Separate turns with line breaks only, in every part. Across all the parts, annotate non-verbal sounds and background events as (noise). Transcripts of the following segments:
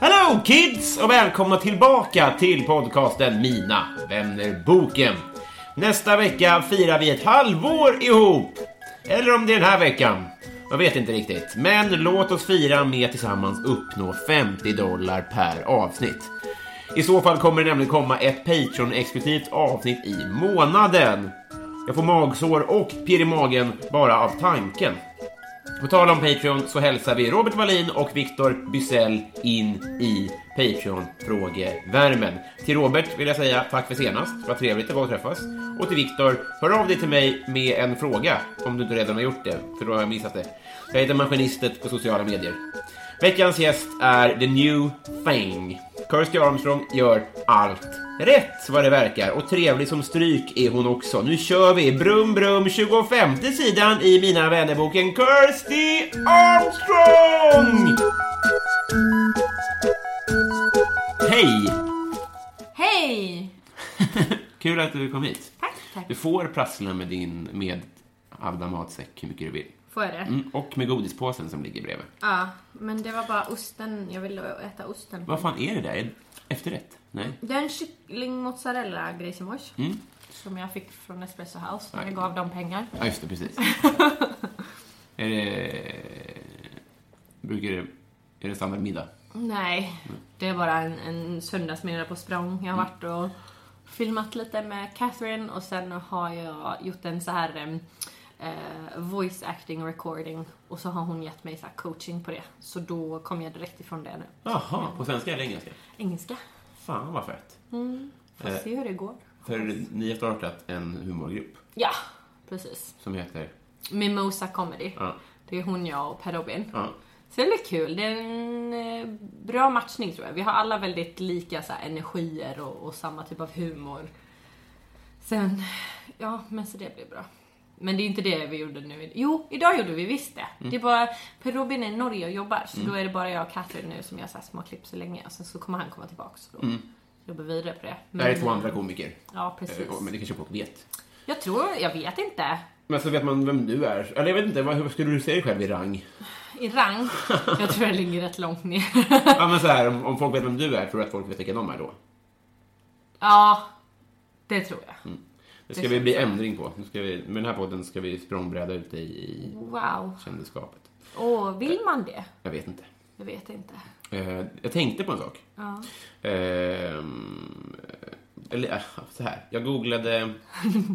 Hello kids och välkomna tillbaka till podcasten Mina vännerboken. Nästa vecka firar vi ett halvår ihop. Eller om det är den här veckan. Jag vet inte riktigt. Men låt oss fira med att tillsammans uppnå 50 dollar per avsnitt. I så fall kommer det nämligen komma ett Patreon-exklusivt avsnitt i månaden. Jag får magsår och pirr i magen bara av tanken. På tal om Patreon så hälsar vi Robert Wallin och Viktor Bysell in i Patreon-frågevärmen. Till Robert vill jag säga tack för senast, vad trevligt det var att träffas. Och till Viktor, hör av dig till mig med en fråga om du inte redan har gjort det, för då har jag missat det. Jag heter Maskinistet på sociala medier. Veckans gäst är The New Thing. Kirsty Armstrong gör allt rätt vad det verkar och trevlig som stryk är hon också. Nu kör vi! Brum brum 25 sidan i Mina vännerboken Kirsty Armstrong! Hej!
Hej!
Kul att du kom hit.
Tack, tack.
Du får prassla med din med Avda matsäck hur mycket du vill.
Får jag det?
Mm, och med godispåsen som ligger bredvid.
Ja, men det var bara osten. Jag ville äta osten.
Vad fan är det där? Efterrätt? Nej.
Det är en kyckling mozzarella grisimors. Som jag fick från Espresso House när jag gav dem pengar.
Ja, just det, (laughs) precis. är det... Brukar det... Är det standardmiddag?
Nej, det är bara en, en söndagsmiddag på språng. Jag har varit och filmat lite med Catherine och sen har jag gjort en så här em, eh, voice acting recording och så har hon gett mig så här coaching på det. Så då kom jag direkt ifrån det nu.
Jaha, på svenska eller engelska?
Engelska.
Fan vad fett.
Får
Eh.
se hur det går.
För ni har startat en humorgrupp
Ja, precis.
som heter...
Mimosa Comedy.
Ja.
Det är hon, jag och Per Robin.
ja.
Så det är väldigt kul. Det är en eh, bra matchning tror jag. Vi har alla väldigt lika så här, energier och, och samma typ av humor. Sen, ja men så det blir bra. Men det är inte det vi gjorde nu. Jo, idag gjorde vi visst det.
Mm.
Det är bara, Per Robin är i Norge och jobbar så då är det bara jag och Catherine nu som gör så här små klipp så länge. Och sen så kommer han komma tillbaka så då jobbar vi vidare på det.
Det här Mm. är två andra komiker.
Ja, precis.
Eh, Men det kanske folk vet.
Jag tror, jag vet inte.
Men så vet man vem du är. Eller jag vet inte, vad- hur skulle du se dig själv i rang?
I rang. Jag tror jag ligger rätt långt ner.
Ja, men så här, om, om folk vet vem du är, tror du att folk vet vilka de är då?
ja, det tror jag.
Det ska vi bli ändring på. Nu ska vi, med den här podden ska vi språngbräda ut dig i
Wow.
kändisskapet.
Åh, vill man det?
Jag vet inte.
Jag vet inte.
Eh, jag tänkte på en sak.
Ja.
Ehm, eller eh, så här. Jag
(laughs)
googlade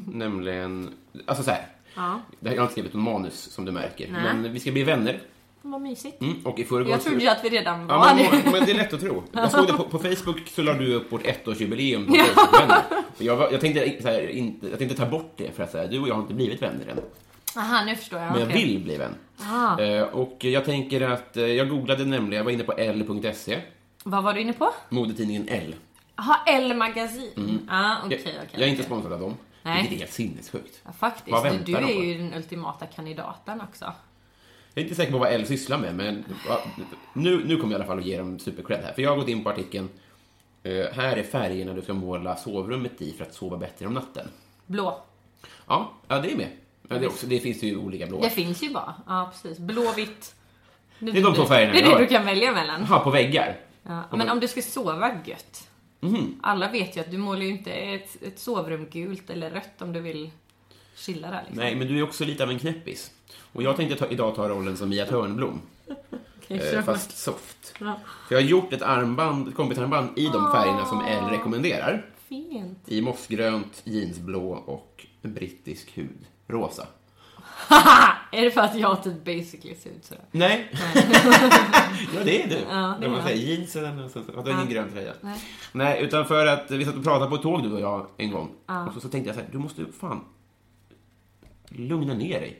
nämligen... Alltså så här.
Ja.
Det här- Jag har inte skrivit något manus som du märker.
Nej.
Men vi ska bli vänner.
Vad mysigt.
Mm, och i förrgår...
Jag trodde ju att vi redan var
Ja, men,
det.
men det är lätt att tro. Jag såg det på, på Facebook så la du upp vårt ettårsjubileum på Facebook-vänner. Och Jag, var- jag, tänkte, så här, inte, jag tänkte ta bort det för att så här, du och jag har inte blivit vänner än.
(laughs) Aha, nu förstår jag.
Men jag
Okej.
vill bli vän.
Ah.
Eh, och jag tänker att, eh, jag googlade nämligen, jag var inne på l.se,
Vad var du inne på?
E, modetidningen L.
Jaha, L-magasin. Ah, okej,
Jag,
okej.
jag är inte
okej.
sponsrad av dem,
Nej.
vilket är helt sinnessjukt.
Ja, faktiskt.
Vad
Du,
väntar
du
de på?
är ju den ultimata kandidaten också.
Jag är inte säker på vad L sysslar med, men ja, nu, nu kommer jag i alla fall att ge dem supercred här. För jag har gått in på artikeln, eh, här är färgerna du ska måla sovrummet i för att sova bättre om natten.
Blå.
Ja, ja det är med. Ja, det, är också, det finns ju olika blåa.
Det finns ju bara. Ja, precis. Blå, vitt.
Det är de två färgerna
Det
vi
är
har.
det du kan välja mellan.
Jaha, på väggar?
Ja, men om du ska sova gött.
Mhm.
Alla vet ju att du målar ju inte ett, ett sovrum gult eller rött om du vill chilla där liksom.
Nej, men du är också lite av en knäppis. Och jag tänkte ta, idag ta rollen som Mia Törnblom,
Okej,
eh,
kör.
fast soft.
Ja.
För jag har gjort ett armband, ett kompisarmband i
Ah.
de färgerna som L rekommenderar.
Fint.
I mossgrönt, jeansblå och brittisk hud. Rosa.
Haha! Ah, är det för att jag typ basically ser ut sådär? (laughs)
Nej. ja, det är du.
Ja, det
När
är
man
jag.
säger jeansen och så. så- Att du har ingen grön tröja.
Nej.
Nej, utan för att vi satt och pratade på ett tåg du och jag en gång. Och så, så tänkte jag så här, du måste fan lugna ner dig.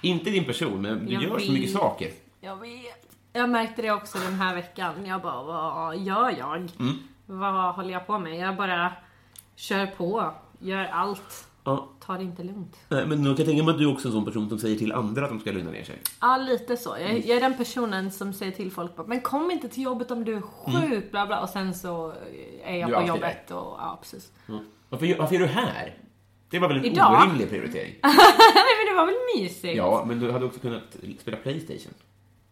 Inte din person, men du
Jag
gör så
vill.
mycket saker.
Jag vet. Jag märkte det också den här veckan. Jag bara, vad gör jag?
Mm.
Vad håller jag på med? Jag bara kör på, gör allt.
Ja,
Tar det inte lugnt.
nej, men jag kan tänka mig att du är också är en sån person som säger till andra att de ska lugna ner sig.
Ja, lite så. Jag, jag är den personen som säger till folk bara, men kom inte till jobbet om du är sjuk, bla bla. Och sen så är jag
Mm. Du är
på
alltid
jobbet och ja, precis. (laughs)
Varför, gör- varför är du här? Det var väl en
Idag?
orimlig
(laughs)
prioritering?
Nej men det var väl mysigt?
Ja, men du hade också kunnat spela Playstation.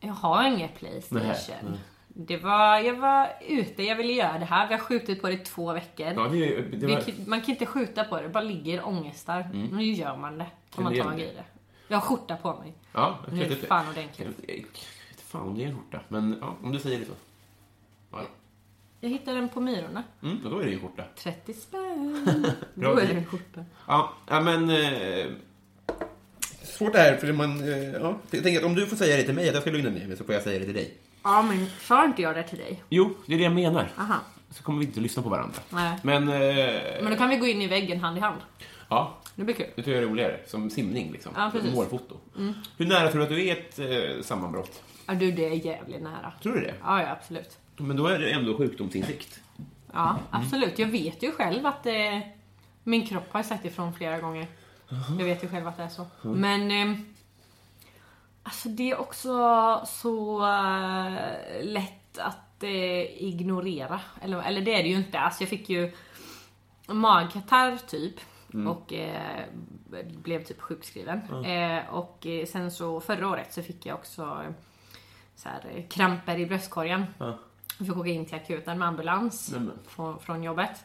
Jag har inget Playstation.
Nej, nej.
Det var, jag var ute, jag ville göra det här. Vi har skjutit på det i två veckor.
Ja, det, är- det var... Mm.
Vi kan- Man kan inte skjuta på det, det bara ligger ångestar. Nu gör man det. Om man
det är
tar
det.
i det. Jag har skjorta på mig.
Ja, jag
Nu är
vet
det
inte.
fan
Jag
ordentligt.
vet- jag vet fan om det är en skjorta, men ja, om du säger det så. Ja,
Jag hittade den på Myrorna.
mm, och då är det ju en skjorta.
30 spänn. Då är det en skjorta.
Ja, ja men... Eh, svårt det här, för man... Eh, ja, jag tänker att om du får säga det till mig, att jag ska lugna ner mig, så får jag säga det till dig.
Ja men sa inte jag det till dig?
Jo, det är det jag menar.
Aha.
Så kommer vi inte att lyssna på varandra.
Nej.
Men... Eh,
Men då kan vi gå in i väggen hand i hand.
ja,
Det blir kul.
det tror jag är roligare. Som simning, liksom.
Ja, precis. Mm.
Målfoto. Hur nära tror du att du är ett eh, sammanbrott?
Ja du, det är jävligt nära.
Tror du det?
Ja, ja absolut.
Men då är det ändå sjukdomsinsikt.
Ja, absolut. Jag vet ju själv att eh, min kropp har sagt ifrån flera gånger. Jag vet ju själv att det är så. Men eh, alltså det är också så eh, lätt att eh, ignorera. Eller, eller det är det ju inte. Alltså jag fick ju magkatarr typ. Och eh, blev typ sjukskriven. Eh, och eh, sen så förra året så fick jag också eh, så här, eh, kramper i bröstkorgen. Jag fick åka in till akuten med ambulans
Nämen.
från, från jobbet.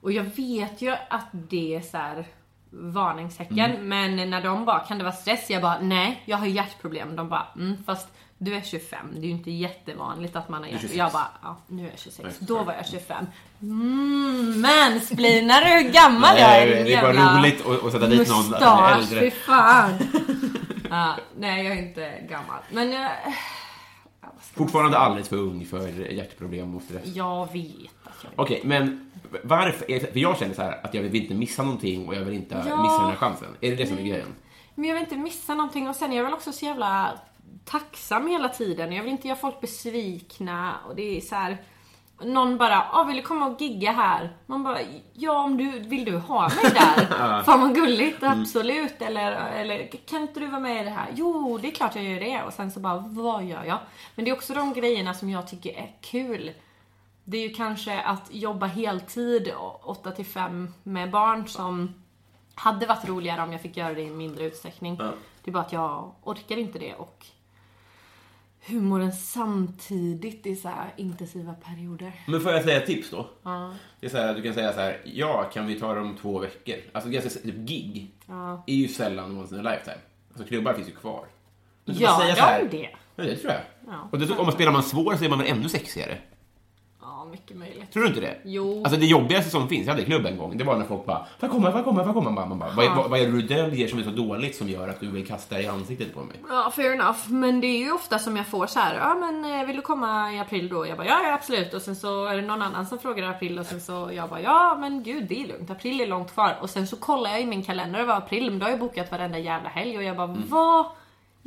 Och jag vet ju att det är så här varningstecken. Men när de bara, kan det vara stress? Jag bara, nej, jag har hjärtproblem. De bara, mm, fast du är 25. Det är ju inte jättevanligt att man har hjärtproblem.
26.
Jag bara, ja, nu är jag 26.
Nej,
Då var jag 25. Mm, mansplainar du hur gammal jag är?
Nej,
din
Eh, det är bara
jävla
roligt att- att sätta dit någon som är
Mustasch,
äldre.
fy fan. (laughs) ja, nej, jag är inte gammal. Men eh, jag,
Fortfarande alldeles för ung för hjärtproblem och stress.
jag vet att jag är
Okej, men varför? är- För jag känner så här att jag vill inte missa någonting och jag vill inte
Ja.
missa den här chansen. Är det det som är grejen?
Men jag vill inte missa någonting och sen är jag väl också så jävla tacksam hela tiden. Jag vill inte göra folk besvikna och det är så här. Någon bara, ah, vill du komma och gigga här? Man bara, ja om du, vill du ha mig där? Fan vad gulligt, absolut. Eller, eller kan inte du vara med i det här? Jo, det är klart jag gör det. Och sen så bara, vad gör jag? Men det är också de grejerna som jag tycker är kul. Det är ju kanske att jobba heltid 8 till 5 med barn som hade varit roligare om jag fick göra det i mindre utsträckning. Det är bara att jag orkar inte det och humoren samtidigt i så här intensiva perioder.
Men får jag säga ett tips då? Det är så här, att du kan säga så här, ja, kan vi ta det om två veckor? Alltså, ganska, typ gig är ju sällan once in a lifetime. Alltså, klubbar finns ju kvar. Men du får
Gör
säga så
de det?
Ja, det tror jag.
Ja.
Och dessutom, om man spelar man svår så är man väl ännu sexigare?
Ja, mycket möjligt.
Tror du inte det?
Jo.
Alltså det jobbigaste som finns, jag hade klubb en gång, det var när folk bara Får jag komma, får jag komma, får jag komma? Man bara, vad, vad, vad är det du döljer som är så dåligt som gör att du vill kasta det i ansiktet på mig?
Ja, fair enough. Men det är ju ofta som jag får så här, ja men eh, vill du komma i april då? Jag bara, ja, ja absolut. Och sen så är det någon annan som frågar i april och sen så jag bara, ja men gud det är lugnt, april är långt kvar. Och sen så kollar jag i min kalender och det var april, men då har jag bokat varenda jävla helg och jag
Mm.
bara, vad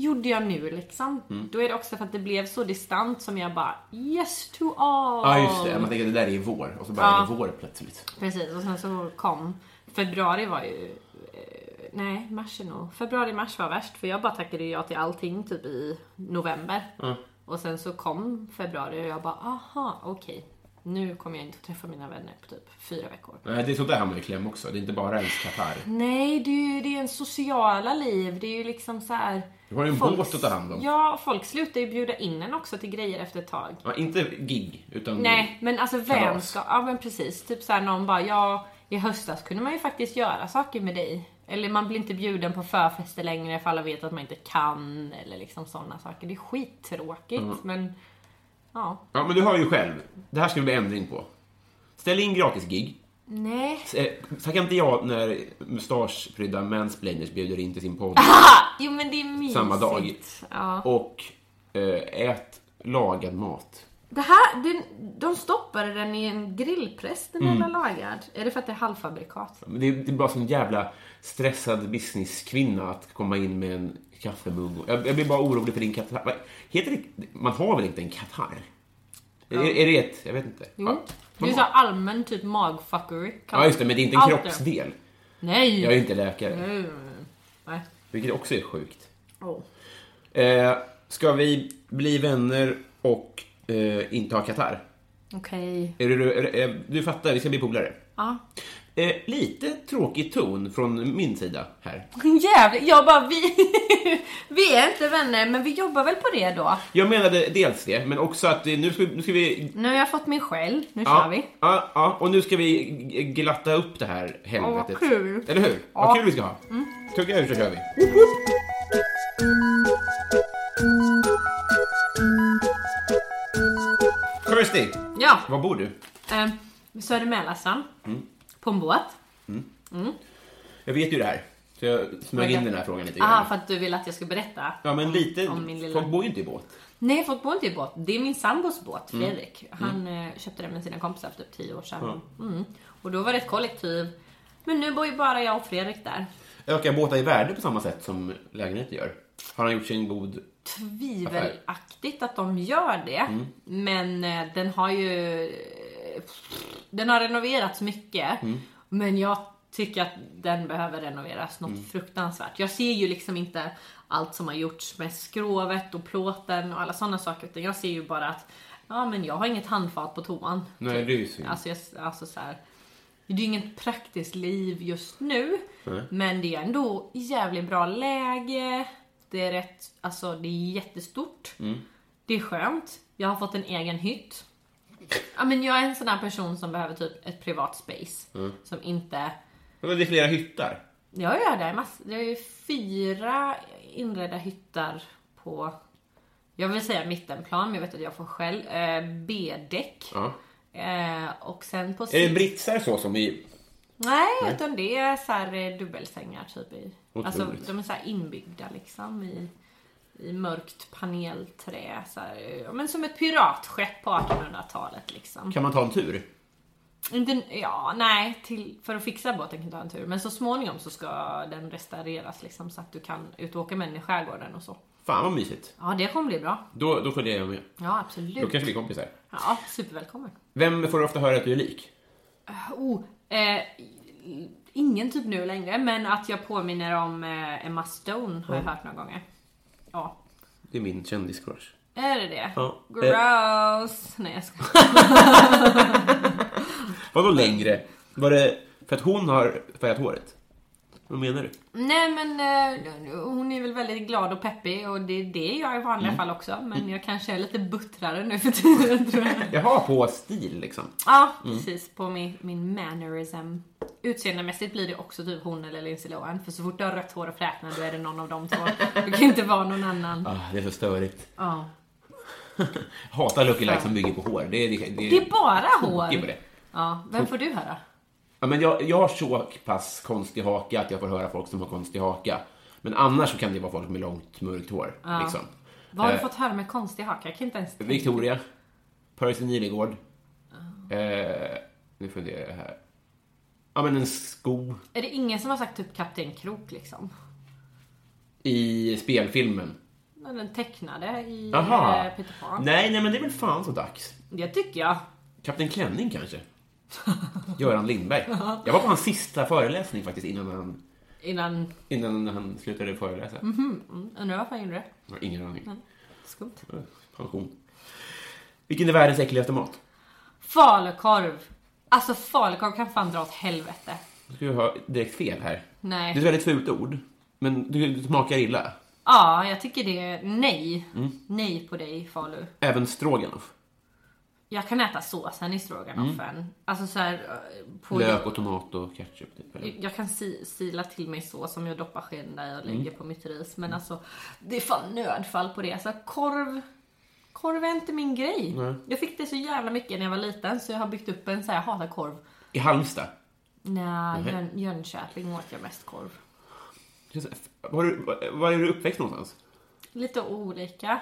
gjorde jag nu liksom? Då är det också för att det blev så distant som jag bara, yes to all.
Ja, just det. Man tänker att det där är ju vår och så bara
Ja.
är det vår plötsligt.
Precis, och sen så kom februari var ju... eh, Nej, mars är nog... Februari-mars var värst för jag bara tackade ja till allting typ i november.
Mm.
Och sen så kom februari och jag bara aha, okej. Nu kommer jag inte att träffa mina vänner på typ fyra veckor.
Nej, det är sånt där hamnar i kläm också. Det är inte bara ens katarr.
Nej, det är ju det är en sociala liv. Det är ju liksom så här.
Du har ju en
folk-
båt att ta hand om.
Ja, folk slutar ju bjuda in en också till grejer efter ett tag.
Ja, inte gig, utan...
Nej, men alltså
Mm. Kalas.
vänskap. Ja, men precis. Typ såhär någon bara, ja, i höstas kunde man ju faktiskt göra saker med dig. Eller man blir inte bjuden på förfester längre för alla vet att man inte kan. Eller liksom sådana saker. Det är skittråkigt
Mm.
men ja.
Ja, men du hör ju själv. Det här ska det bli ändring på. Ställ in gratisgig.
Nej.
S- eh, Tacka inte ja när mustaschprydda mansplainers bjuder in till sin podd.
Jo men det är mysigt.
Samma dag.
Ja.
Och eh, ät lagad mat.
Det här, den, de stoppade den i en grillpress,
Mm.
den jävla lagad. Är det för att det är halvfabrikat?
Men Det är, det är bara som en jävla stressad businesskvinna att komma in med en kaffemugg. Jag, jag blir bara orolig för din katarr. Vad- Heter det, man har väl inte en katarr? Är, är det ett? Jag vet inte. Ja,
Det är så här allmän typ magfuckery.
ja, just det. Men det är inte en
Allt det.
kroppsdel.
Nej!
Jag är inte läkare.
Mm. Nej.
Vilket också är sjukt.
Oh.
Eh, ska vi bli vänner och eh, inte ha katarr?
Okej.
Är du, är, är, du fattar, vi ska bli polare.
Ja. (laughs)
Eh, lite tråkig ton från min sida här.
Jävlar, jag bara vi... (laughs) vi är inte vänner men vi jobbar väl på det då.
Jag menade dels det, men också att eh, nu ska, vi- nu ska vi...
Nu har jag fått min skäll, nu
Ja,
kör vi.
ja, ja, och nu ska vi g- glatta upp det här helvetet.
Åh, vad kul. Mm.
Eller hur? Vad kul vi ska ha. Tugga ur så kör vi. Kirsty,
Ja.
var bor du?
Eh, Södermälarstrand.
Mm.
På en båt.
Jag vet ju det här, så jag smög in den här frågan lite
Aha,
grann.
för att du vill att jag ska berätta.
Ja, men lite...
Ah, Om min lilla-
Folk bor ju inte i båt.
Nej, folk bor inte i båt. Det är min sambos båt,
Mm.
Fredrik. Han eh, köpte den med sina kompisar för typ 10 år sedan. Mm. Och då var det ett kollektiv. Men nu bor ju bara jag och Fredrik där.
Ökar båtar i värde på samma sätt som lägenheter gör? Har han gjort sin god...
tvivelaktigt att de gör det.
Mm.
Men eh, den har ju... eh, Den har renoverats mycket.
Mm.
Men jag tycker att den behöver renoveras
Mm.
något fruktansvärt. Jag ser ju liksom inte allt som har gjorts med skrovet och plåten och alla sådana saker. Utan jag ser ju bara att ja, men jag har inget handfat på toan.
Nej, det är ju synd.
Alltså, jag, alltså så här, det är ju inget praktiskt liv just nu. Men det är ändå jävligt bra läge. Det är rätt, alltså det är jättestort.
Mm.
Det är skönt. Jag har fått en egen hytt. Ja, men jag är en sån här person som behöver typ ett privat space.
Mm.
Som inte...
Men Det är flera hyttar.
Ja, ja, det är massor. Det är ju fyra inredda hyttar på... Jag vill säga mittenplan, men jag vet att jag får själv. Eh, B-däck.
Ja.
Eh, och sen på...
Är det
si-
britsar så som i...
Nej, utan det är så här eh, dubbelsängar typ i.
Otroligt.
Alltså de är så här inbyggda liksom i, i mörkt panelträ. Så här, eh, ja, men som ett piratskepp på 1800-talet liksom.
Kan man ta en tur?
Inte, ja, nej, till, för att fixa båten kan ta en tur. Men så småningom så ska den restaureras liksom så att du kan ut och åka med den i skärgården och så.
Fan vad mysigt.
Ja, det kommer bli bra.
Då, då följer jag med.
Ja,
Då
absolut.
kanske vi är kompisar.
Ja, supervälkommen.
Vem får du ofta höra att du är lik?
Oh, eh, ingen typ nu längre, men att jag påminner om eh, Emma Stone har jag hört några gånger. Ja.
Det är min kändiscrush.
Är det det?
Ja.
Gross! Nej jag skojar.
Vadå längre? Var det för att hon har färgat håret? Vad menar du?
Nej men eh, hon är väl väldigt glad och peppig och det är det jag är i vanliga fall också. Men jag kanske är lite buttrare nu för tiden tror jag.
Jag har på stil liksom.
Ja precis, på min, min mannerism. Utseendemässigt blir det också typ hon eller Lindsay Lohan. För så fort du har rött hår och fräknar då är det någon av de två. Det kan inte vara någon annan.
Ah, det är så störigt.
Ja.
Hatar Lucky Like som bygger på hår. Det, är- det,
Det är bara
tokigt på
hår.
det.
Ja, vem får du höra?
Ja, men jag, jag har så pass konstig haka att jag får höra folk som har konstig haka. Men annars så kan det vara folk med långt mörkt hår. Liksom.
Vad har du
Eh.
fått höra med konstig haka? Jag kan inte ens tänka.
Victoria, Percy Nilegård.
Ah.
Eh, nu funderar jag här. Ja men en sko
Är det ingen som har sagt typ Kapten Krok liksom?
i spelfilmen.
Men Den tecknade i
Jaha.
eh, Peter Pan.
Nej, nej men det är väl fan så dags.
Det tycker jag.
Kapten Klänning
(laughs)
kanske? Göran Lindberg. Jag var på hans sista föreläsning faktiskt innan han,
Innan,
innan han slutade föreläsa.
Mhm. undrar varför han gjorde det?
Jag har ingen aning.
Skumt.
Pension. Vilken är världens äckligaste mat?
Falukorv. Alltså falukorv kan fan dra åt helvete.
Nu ska jag ha direkt fel här. Det är ett
Nej.
väldigt fult ord. Men du, du smakar illa.
Ja, jag tycker det är nej. Nej på dig Falu.
Även stroganoff.
Jag kan äta såsen i stroganoffen. Alltså så här, eh, på
Lök och tomat och ketchup. Typ, eller?
Jag kan si- sila till mig sås som jag doppar skeden i och lägger på mitt ris. Men alltså, det är fan nödfall på det. Så korv, korv är inte min grej. Jag fick det så jävla mycket när jag var liten så jag har byggt upp en så här, jag hatar korv.
I Halmstad.
Nej, Jön, Jönköping åt jag mest korv.
Var, du, var, var är du uppväxt någonstans?
Lite olika.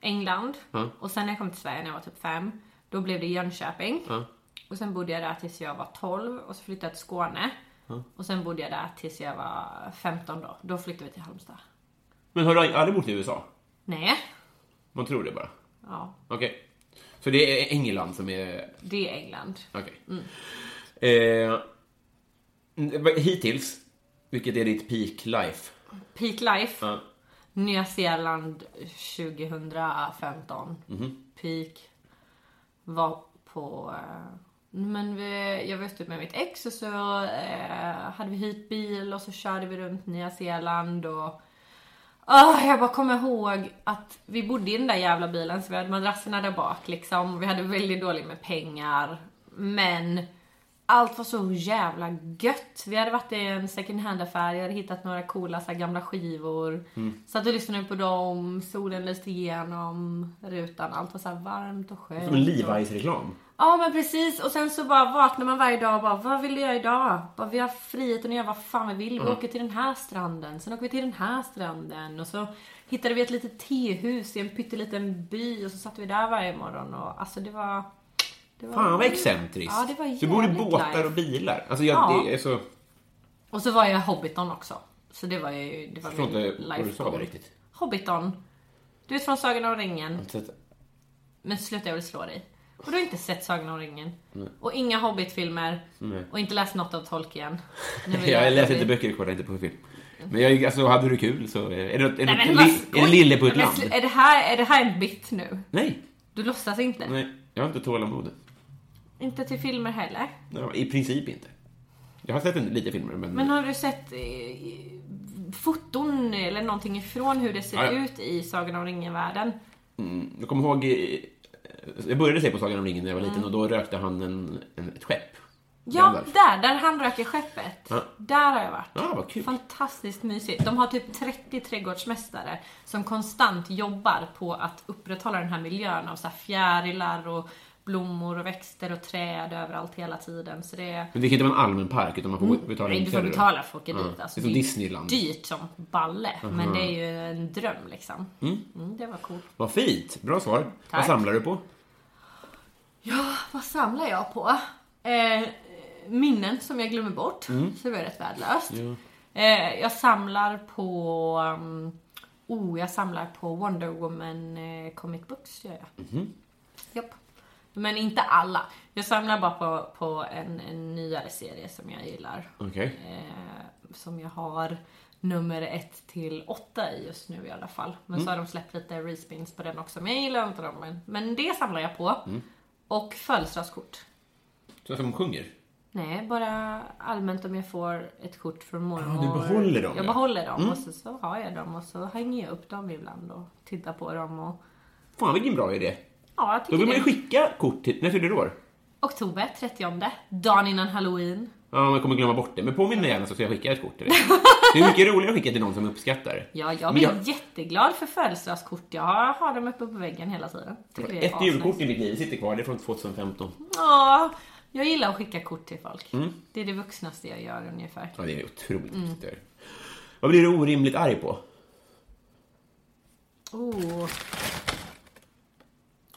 England.
Mm.
Och sen när jag kom till Sverige när jag var typ fem, då blev det Jönköping.
Ja.
Och sen bodde jag där tills jag var 12 och så flyttade jag till Skåne. Och sen bodde jag där tills jag var 15 då. Då flyttade vi till Halmstad.
Men har du aldrig bott i USA?
Nej.
Man tror det bara.
Ja,
Okej. Så det är England som är...
det är England.
Okej.
Mm.
Eh, vad- hittills, vilket är ditt peak life?
Peak life.
Ja.
Nya Zeeland 2015.
Mhm.
Peak var på... eh, Men vi, jag var ute med mitt ex och så eh, hade vi hyrt bil och så körde vi runt Nya Zeeland och... Ah, jag bara kommer ihåg att vi bodde i den där jävla bilen så vi hade madrasserna där bak liksom. Vi hade väldigt dåligt med pengar. Men allt var så jävla gött. Vi hade varit i en second hand-affär, jag hade hittat några coola så här, gamla skivor.
Mm.
Satt och lyssnade på dem, solen lyste igenom rutan. Allt var så här varmt och skönt.
Som en
och-
Levi's-reklam.
Ja men precis och sen så bara vaknar man varje dag och bara vad vill jag göra idag? Bara, vi har friheten att göra vad fan vi vill.
Mm.
Vi åker till den här stranden, sen åker vi till den här stranden och så hittade vi ett litet tehus i en pytteliten by och så satt vi där varje morgon och alltså det var... Det var
Fan vad excentriskt.
Ja, det var
du bor i
jävligt
båtar
life.
och bilar. Alltså jag,
Ja.
det är så...
Och så var jag Hobbiton också. Så det var ju... Det
Jag
var
förstår
min
inte vad du
life
sa där
goal.
riktigt.
Hobbiton. Du vet från Sagan om ringen.
Så att-
Men sluta jag vill slå dig. Och du har inte sett Sagan om ringen. Och inga Hobbit-filmer. Och inte läst något av Tolkien.
(laughs)
Nu vill
Jag läser inte
att vi-
böcker, kollar inte på film. Men jag, alltså, hade du kul så... Är det, är det,
Nej,
li-
men vad
är det
skoj!
lille på ett
Men
land?
sl- Är det, här, är det här en bit nu?
Nej,
Du låtsas inte?
nej. Jag har inte tålamod.
Inte till filmer heller.
Ja, I princip inte. Jag har sett en, lite filmer, men...
Men har du sett eh, foton eller någonting ifrån hur det ser
Ja, ja.
ut i Sagan om ringen-världen?
Mm, jag kommer ihåg... eh, Jag började se på Sagan om ringen när jag var liten och då rökte han en, en, ett skepp.
Ja,
Gandalf.
där, där han röker skeppet.
Ja.
Där har jag varit.
Ja, vad kul.
Fantastiskt mysigt. De har typ 30 trädgårdsmästare som konstant jobbar på att upprätthålla den här miljön av så här fjärilar och blommor och växter och träd överallt hela tiden. Så det är...
Men det kan inte vara en allmän park, utan man får betala
Mm. Nej, du får
inträde då.
betala för att åka
Ja,
dit.
det
Alltså,
är som
ju
Disneyland.
dyrt som balle, men det är ju en dröm liksom. Mm, det var coolt.
Vad fint! Bra svar. Vad
Tack.
samlar du på?
Vad samlar jag på? Eh, minnen som jag glömmer bort, så det var rätt värdelöst. Eh, jag samlar på... Um, oh, jag samlar på Wonder Woman eh, comic books, gör jag. Japp. Men inte alla. Jag samlar bara på, på en, en nyare serie som jag gillar.
Okej.
Eh, som jag har nummer 1 till 8 i just nu i alla fall. Men
Mm.
så har de släppt lite respins på den också. Men jag gillar inte dem. Men, men det samlar jag på.
Mm.
Och födelsedagskort.
Så att de sjunger?
Nej, bara allmänt om jag får ett kort från mormor.
Ah, du behåller dem,
Jag
ja. Mm.
behåller dem och så, så har jag dem och så hänger jag upp dem ibland och tittar på dem och...
Fan, vilken bra idé.
Ja, jag
Då
tycker
vill man ju
det.
skicka kort till... När fyller du år?
Oktober 30, dagen innan halloween.
Ja, man kommer glömma bort det. Men påminn mig gärna så ska jag skicka ett kort till
(laughs)
dig. Det är mycket roligare att skicka till någon som uppskattar det.
Ja, jag
Men
blir jätteglad för födelsedagskort. Jag har, har dem uppe på väggen hela tiden. Tycker det är
Ett
asnice.
julkort i mitt liv sitter kvar, det är från 2015.
Ja, jag gillar att skicka kort till folk. Det är det vuxnaste jag gör ungefär.
Ja, det är otroligt
Mm.
viktigt. det är. Vad blir du orimligt arg på?
Oh.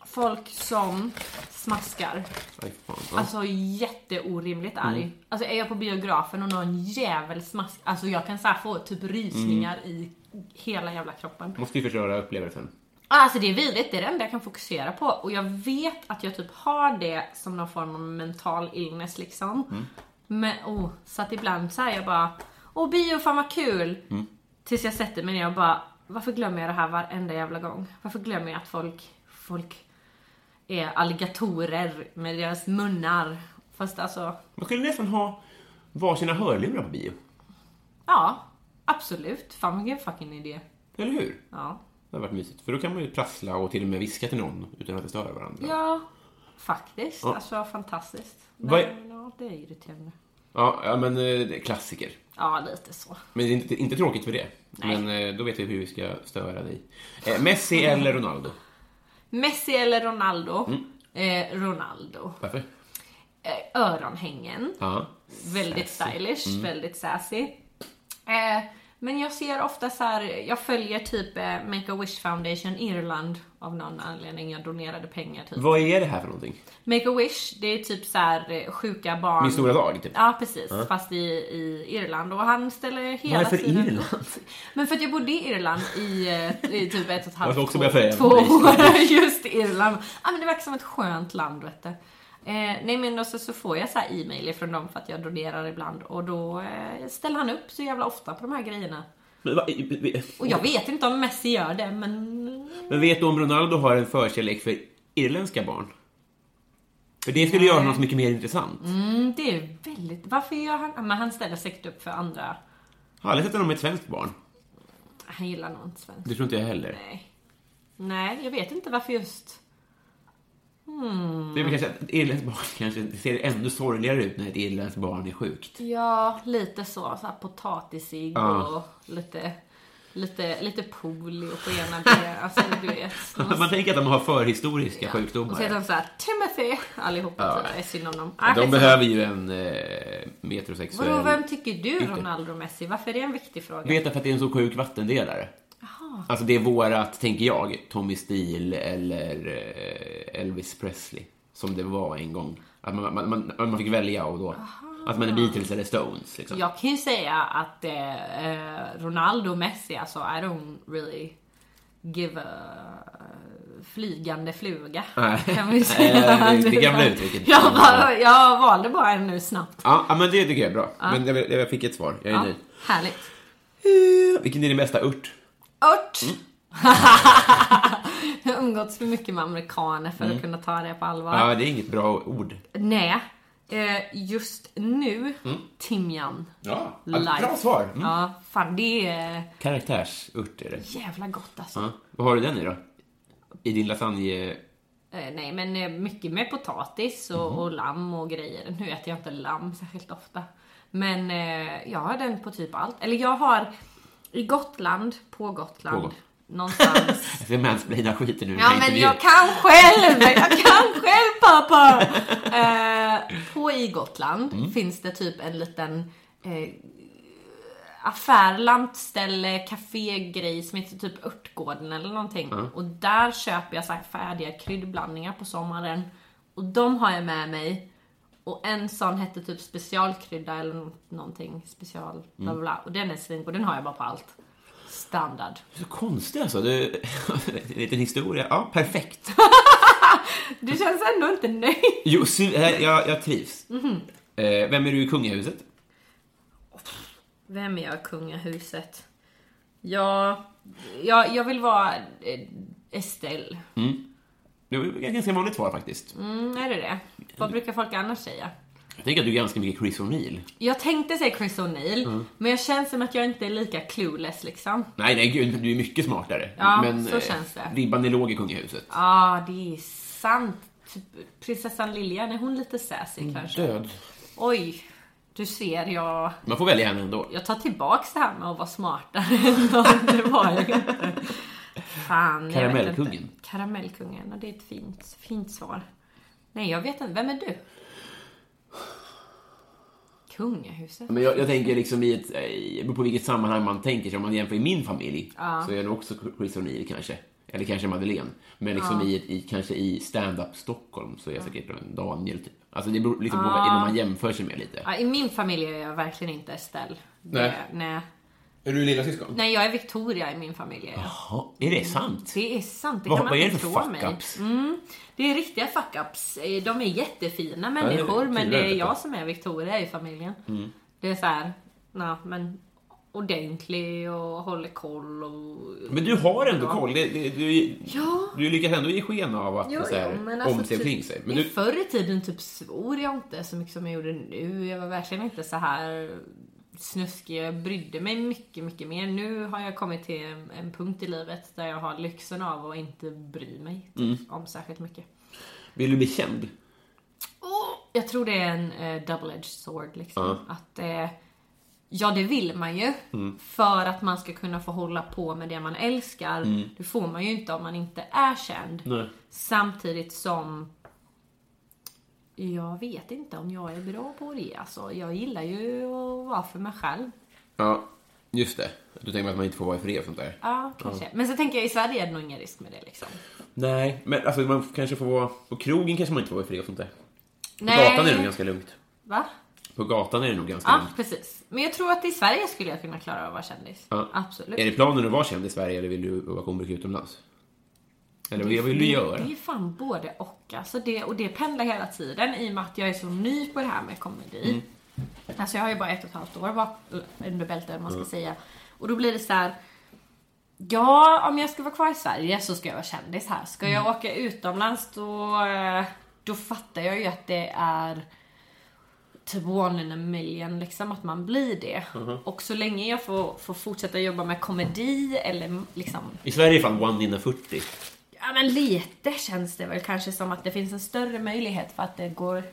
Folk som smaskar.
Aj, fan. Ja.
Alltså jätteorimligt arg. Alltså är jag på biografen och någon jävel smask, alltså jag kan så här få typ rysningar i hela jävla kroppen.
Måste ju förstöra upplevelsen.
Alltså det är vidrigt, det är det enda jag kan fokusera på. Och jag vet att jag typ har det som någon form av mental illness liksom.
Mm.
Men, oh, så att ibland så här jag bara, åh bio fan vad kul!
Mm.
Tills jag sätter mig ner och bara, varför glömmer jag det här varenda jävla gång? Varför glömmer jag att folk, folk är alligatorer med deras munnar? Fast alltså,
Man skulle nästan ha varsina hörlurar på bio.
ja, absolut. Fan vilken fucking idé.
Eller hur?
Ja.
Det hade varit mysigt. För då kan man ju prassla och till och med viska till någon utan att det stör varandra.
Ja. Faktiskt.
Ja.
Alltså fantastiskt.
Vad
Nej,
är-
men, ja, det är irriterande.
Ja, ja men eh, det är klassiker.
Ja, lite så.
Men det är inte, inte tråkigt för det.
Nej.
Men eh, då vet vi hur vi ska störa dig. Eh, Messi eller Ronaldo?
Messi eller Ronaldo?
Mm.
Eh, Ronaldo.
Varför?
Eh, öronhängen.
Ja.
Väldigt stylish,
Mm.
väldigt sassy. Eh, men jag ser ofta så här, jag följer typ eh, Make-A-Wish Foundation Irland av någon anledning. Jag donerade pengar typ.
Vad är det här för någonting?
Make-A-Wish, det är typ så här eh, sjuka barn.
Min stora dag, typ?
Ja precis, fast i, i Irland. Och han ställer hela
Varför
tiden
Irland?
(laughs) Men för att jag bodde i Irland i, eh, i typ ett och ett halvt,
Jag ska också
två,
börja säga
två
det.
år. (laughs) Just Irland. Ja men det verkar som ett skönt land vet du. Eh, nej men och så, så får jag så här e-mail ifrån dem för att jag donerar ibland och då eh, ställer han upp så jävla ofta på de här grejerna.
Men, va- i- i- i-
Och jag vet inte om Messi gör det men
men vet du om Ronaldo har en förkärlek för irländska barn? För det skulle göra honom så mycket mer intressant.
mm, det är väldigt... Varför gör han... Ja, Men han ställer säkert upp för andra.
Jag har aldrig sett honom med ett svenskt barn.
Han gillar nog inte svensk.
Det tror inte jag heller.
Nej. Nej, jag vet inte varför just...
Det är väl kanske att ett irländskt barn (laughs) kanske det ser ännu sorgligare ut när ett irländskt barn är sjukt. (laughs)
Ja, lite så. så här potatisig
Ja.
och lite, lite, lite polio på ena benet. Alltså,
(laughs)
du vet.
Man tänker att de har förhistoriska
Och så heter
sjukdomar.
de såhär Timothy allihopa.
Ja.
Ja. är synd om dem.
De
skitsamma.
behöver ju en eh, metrosexuell...
Vadå, vem tycker du Ronaldo Messi? Varför är det en viktig fråga?
Vet jag för att det är en så sjuk vattendelare. Alltså det är vårat, tänker jag, Tommy Steele eller eh, Elvis Presley. Som det var en gång. Att man, man, man, man fick välja och då. Att man är Beatles eller Stones. Liksom.
Jag kan ju säga att eh, eh, Ronaldo Messi, alltså I don't really give a flygande fluga.
Nej.
Kan vi
Nej,
säga.
det- det
(laughs)
gamla uttrycket.
Jag, bara, jag valde bara en nu snabbt.
Ja, ja, men det tycker jag är bra. Men jag, jag fick ett svar. Jag är
Ja,
nöjd.
härligt.
Eh, Vilken är din bästa ört?
Ört!
Mm.
(laughs) jag har umgåtts för mycket med amerikaner för att kunna ta det på allvar.
Mm. Ja, det är inget bra ord.
Nej, eh, just nu, timjan.
Mm. Ja,
Life.
bra svar. Mm.
Ja, fan det är
Karaktärsört är det.
jävla gott alltså.
Ja. Vad har du den i då? I din lasagne...
Eh, nej, men eh, mycket med potatis och,
Mm.
och lamm och grejer. Nu äter jag inte lamm särskilt ofta. Men eh, jag har den på typ allt. Eller jag har i Gotland, på Gotland,
På. (laughs)
någonstans.
Jag ska mansplaina skiten nu i den
Ja
här
men
intervjun.
jag kan själv! Jag kan själv pappa! Eh, på i Gotland finns det typ en liten eh, affär, lantställe, kafégrej som heter typ Örtgården eller någonting. Och där köper jag så här färdiga kryddblandningar på sommaren. Och de har jag med mig. Och en sån hette typ specialkrydda eller nå- någonting special. Bla bla, bla. Och den är svingod, den har jag bara på allt. Standard.
Så konstigt alltså. Du... (laughs) en liten historia. Ja, perfekt.
Du känns ändå inte nöjd.
Jo, sy- eh, jag, jag trivs.
Mhm.
Eh, vem är du i kungahuset?
Vem är jag i kungahuset? Ja, jag, jag vill vara eh, Estelle.
Det var ett ganska vanligt svar faktiskt.
Mm, är det det? Vad brukar folk annars säga?
Jag tänker att du är ganska mycket Chris O'Neill.
Jag tänkte säga Chris O'Neill, men jag känns som att jag inte är lika clueless liksom.
Nej, nej, gud, du är mycket smartare.
Ja,
Men
så
eh,
känns det.
ribban är låg i kungahuset.
Ja, det är sant. Typ, Prinsessan Lilian, är hon lite sassy kanske?
Död.
Oj, du ser, jag,
Man får välja henne ändå.
jag tar tillbaks det här med att vara smartare (laughs) än någon. Det var jag inte. Fan, jag vet inte.
Karamellkungen.
Karamellkungen, och det är ett fint, fint svar. Nej, jag vet inte. Vem är du? Kungahuset?
Men jag, jag tänker liksom i ett, eh, det beror på vilket sammanhang man tänker sig. Om man jämför i min familj så är det också Chris O'Neill kanske. Eller kanske Madeleine. Men liksom i, ett- i, kanske i stand-up Stockholm så är jag säkert en Daniel typ. Alltså det beror liksom på vad är det man jämför sig med lite.
Ja, I min familj är jag verkligen inte Estelle.
Nej.
Det- nej.
Är du lillasyskon?
Nej, jag är Victoria i min familj. är jag.
Jaha, är det sant?
Det är sant, det
Vad-
kan man
vad är
inte
det för
tro mig.
fuck-ups?
Mm, det är riktiga fuck-ups. Eh, De är jättefina
är
människor, men
tydligare
det är
detta.
jag som är Victoria i familjen.
Mm.
Det är så här, na, men ordentlig och håller koll och...
Men du har ändå koll. Det, det, du,
Ja.
du lyckas ändå ge sken av att
Jo,
så här,
jo, men alltså,
om sig och
typ-
kring sig. Men
i
du,
Förr i tiden typ svor jag inte så mycket som jag gjorde nu. Jag var verkligen inte så här snuskig. Jag brydde mig mycket, mycket mer. Nu har jag kommit till en,
Mm.
en punkt i livet där jag har lyxen av att inte bry mig typ, om särskilt mycket.
Vill du bli känd?
Jag tror det är en eh, double-edged sword liksom. Att, eh, ja det vill man ju.
Mm.
För att man ska kunna få hålla på med det man älskar. Det får man ju inte om man inte är känd.
Mm. Nej.
Samtidigt som jag vet inte om jag är bra på det. Alltså, jag gillar ju att vara för mig själv.
Ja, just det. Du tänker att man inte får vara i fred och sånt där?
Ja, kanske. Men så tänker jag i Sverige är det nog ingen risk med det liksom.
Nej, men alltså man kanske får vara... På krogen kanske man inte får vara i fred och sånt där. På
Nej.
gatan är det nog ganska Mm. lugnt.
Va?
På gatan är det nog ganska
Ja,
lugnt.
precis. Men jag tror att i Sverige skulle jag kunna klara av att vara kändis.
Ja.
Absolut.
Är det planen att vara känd i Sverige eller vill du vara komiker utomlands? Eller vad vill du göra?
Det är fan både och. Alltså det, och det pendlar hela tiden i och med att jag är så ny på det här med komedi. Alltså jag har ju bara ett och ett halvt år bak- under bältet, om man ska säga. Och då blir det så här. Ja, om jag ska vara kvar i Sverige så ska jag vara kändis här. Ska jag åka utomlands då, eh, då fattar jag ju att det är typ one in a million, liksom att man blir det. Och så länge jag får, får fortsätta jobba med komedi eller liksom
I Sverige är fan one in a 40.
Ja men lite känns det väl kanske som att det finns en större möjlighet för att det går,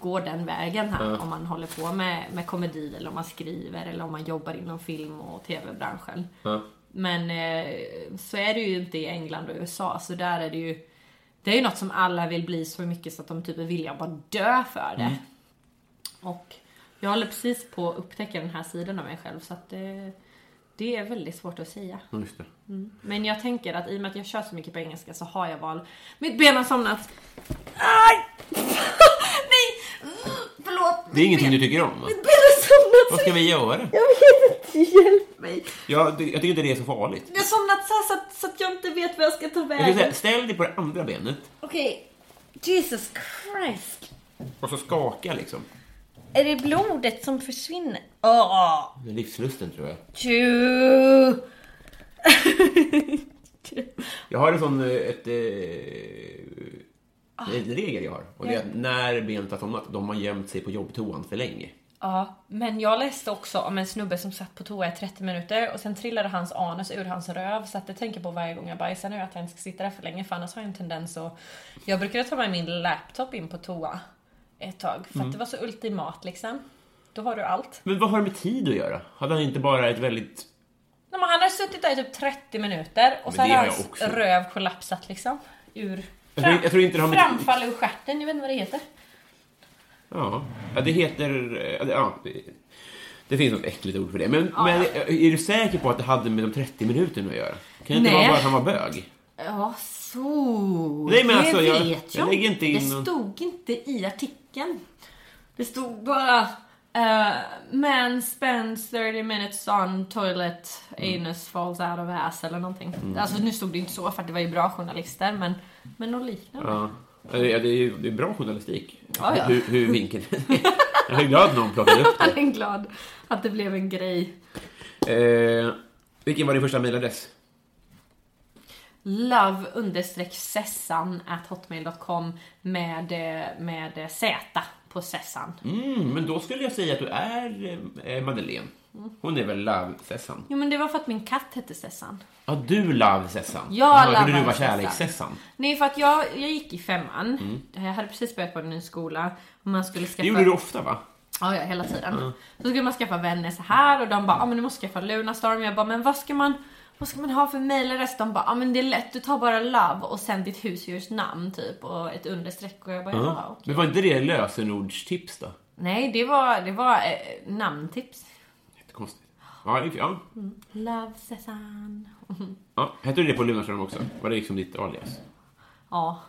går den vägen här. Om man håller på med, med komedi eller om man skriver eller om man jobbar inom film och tv-branschen.
Ja.
Men eh, så är det ju inte i England och USA så där är det ju Det är ju något som alla vill bli så mycket så att de typ är villiga att bara dö för det. Och jag håller precis på att upptäcka den här sidan av mig själv så att det, det är väldigt svårt att säga.
Ja, just det.
Men jag tänker att i och med att jag kör så mycket på engelska så har jag val. Mitt ben har somnat. Aj! (laughs) Nej! Förlåt.
Det är ingenting du tycker om va?
Mitt ben har
Vad
somnat.
ska vi göra?
Jag vet inte. Hjälp mig.
Jag, jag tycker inte det är så farligt.
Jag har somnat så, här så, att, så att jag inte vet vad jag ska ta
Jag skulle
vägen.
säga, ställ dig på det andra benet
Okej. Jesus Christ.
och så skaka liksom.
Är det blodet som försvinner? Åh!
Med livslusten tror jag.
Tju! (laughs)
Jag har en sån, eh, ett, eh, en regel jag har. Och det är att när benet har somnat, de har gömt sig på jobbtoan för länge.
Ja, men jag läste också om en snubbe som satt på toa i 30 minuter och sen trillade hans anus ur hans röv så att jag tänker på varje gång jag bajsar nu att jag inte ska sitta där för länge för annars har jag en tendens att... Jag brukade ta med min laptop in på toa ett tag
Mm.
för att det var så ultimat liksom. Då har du allt.
Men vad har det med tid att göra? Hade han inte bara ett väldigt...
Nej, men han har suttit där i typ 30 minuter
Men
och så har
det har jag
hans
också.
röv kollapsat liksom. Ur...
Jag tror- jag tror inte det har med-
Framfall ur stjärten, jag vet inte vad det heter.
Ja, ja det heter... eh, Ja, det, det finns något äckligt ord för det. Men, men är du säker på att det hade med de 30 minuterna att göra? Kan det inte
Nej.
vara bara att han var bög?
Ja, så.
Nej, men
det
alltså, jag-
vet
jag lägger inte in
Det
någon-
stod inte i artikeln. Det stod bara... Uh, man spends 30 minutes on toilet, anus falls out of ass eller någonting.
Mm.
Alltså nu stod det inte så för att det var ju bra journalister men, men något liknande.
Ja. Ja, det är, det är ju- det är bra journalistik.
Ja, ja.
Hur, hur vinkeln är. Jag är glad att någon plockade upp
Jag är glad att det blev en grej.
det. Eh, vilken var din första mejladress?
Love understreck sessan at hotmail.com med, eh, med eh, Z på sessan.
Mm, men då skulle jag säga att du är eh, Madeleine. Hon är väl Love-Sessan?
Jo men det var för att min katt hette Sessan.
Ja, du Love-Sessan.
Jag
Jag trodde du var
Love-Sessan.
Kärleks-Sessan.
Nej, för att jag, jag gick i femman. Jag hade precis börjat på en ny skola. Och man skulle skaffa...
Det gjorde du ofta, va?
Ja, ja, hela tiden. Så skulle man skaffa vänner så här och de bara, ja ah, men du måste skaffa Lunarstorm. Jag bara, men vad ska man, vad ska man ha för mejladress? De bara, ja ah, men det är lätt, du tar bara love och sen ditt husdjurs namn typ och ett understreck. Och jag bara, ja okej.
Men var inte det lösenordstips då?
Nej, det var, det var eh, namntips.
Jättekonstigt. Ja, det- ja.
Love Sessan.
ja. Hette du det på Lunarstorm också? Var det liksom ditt alias?
ja,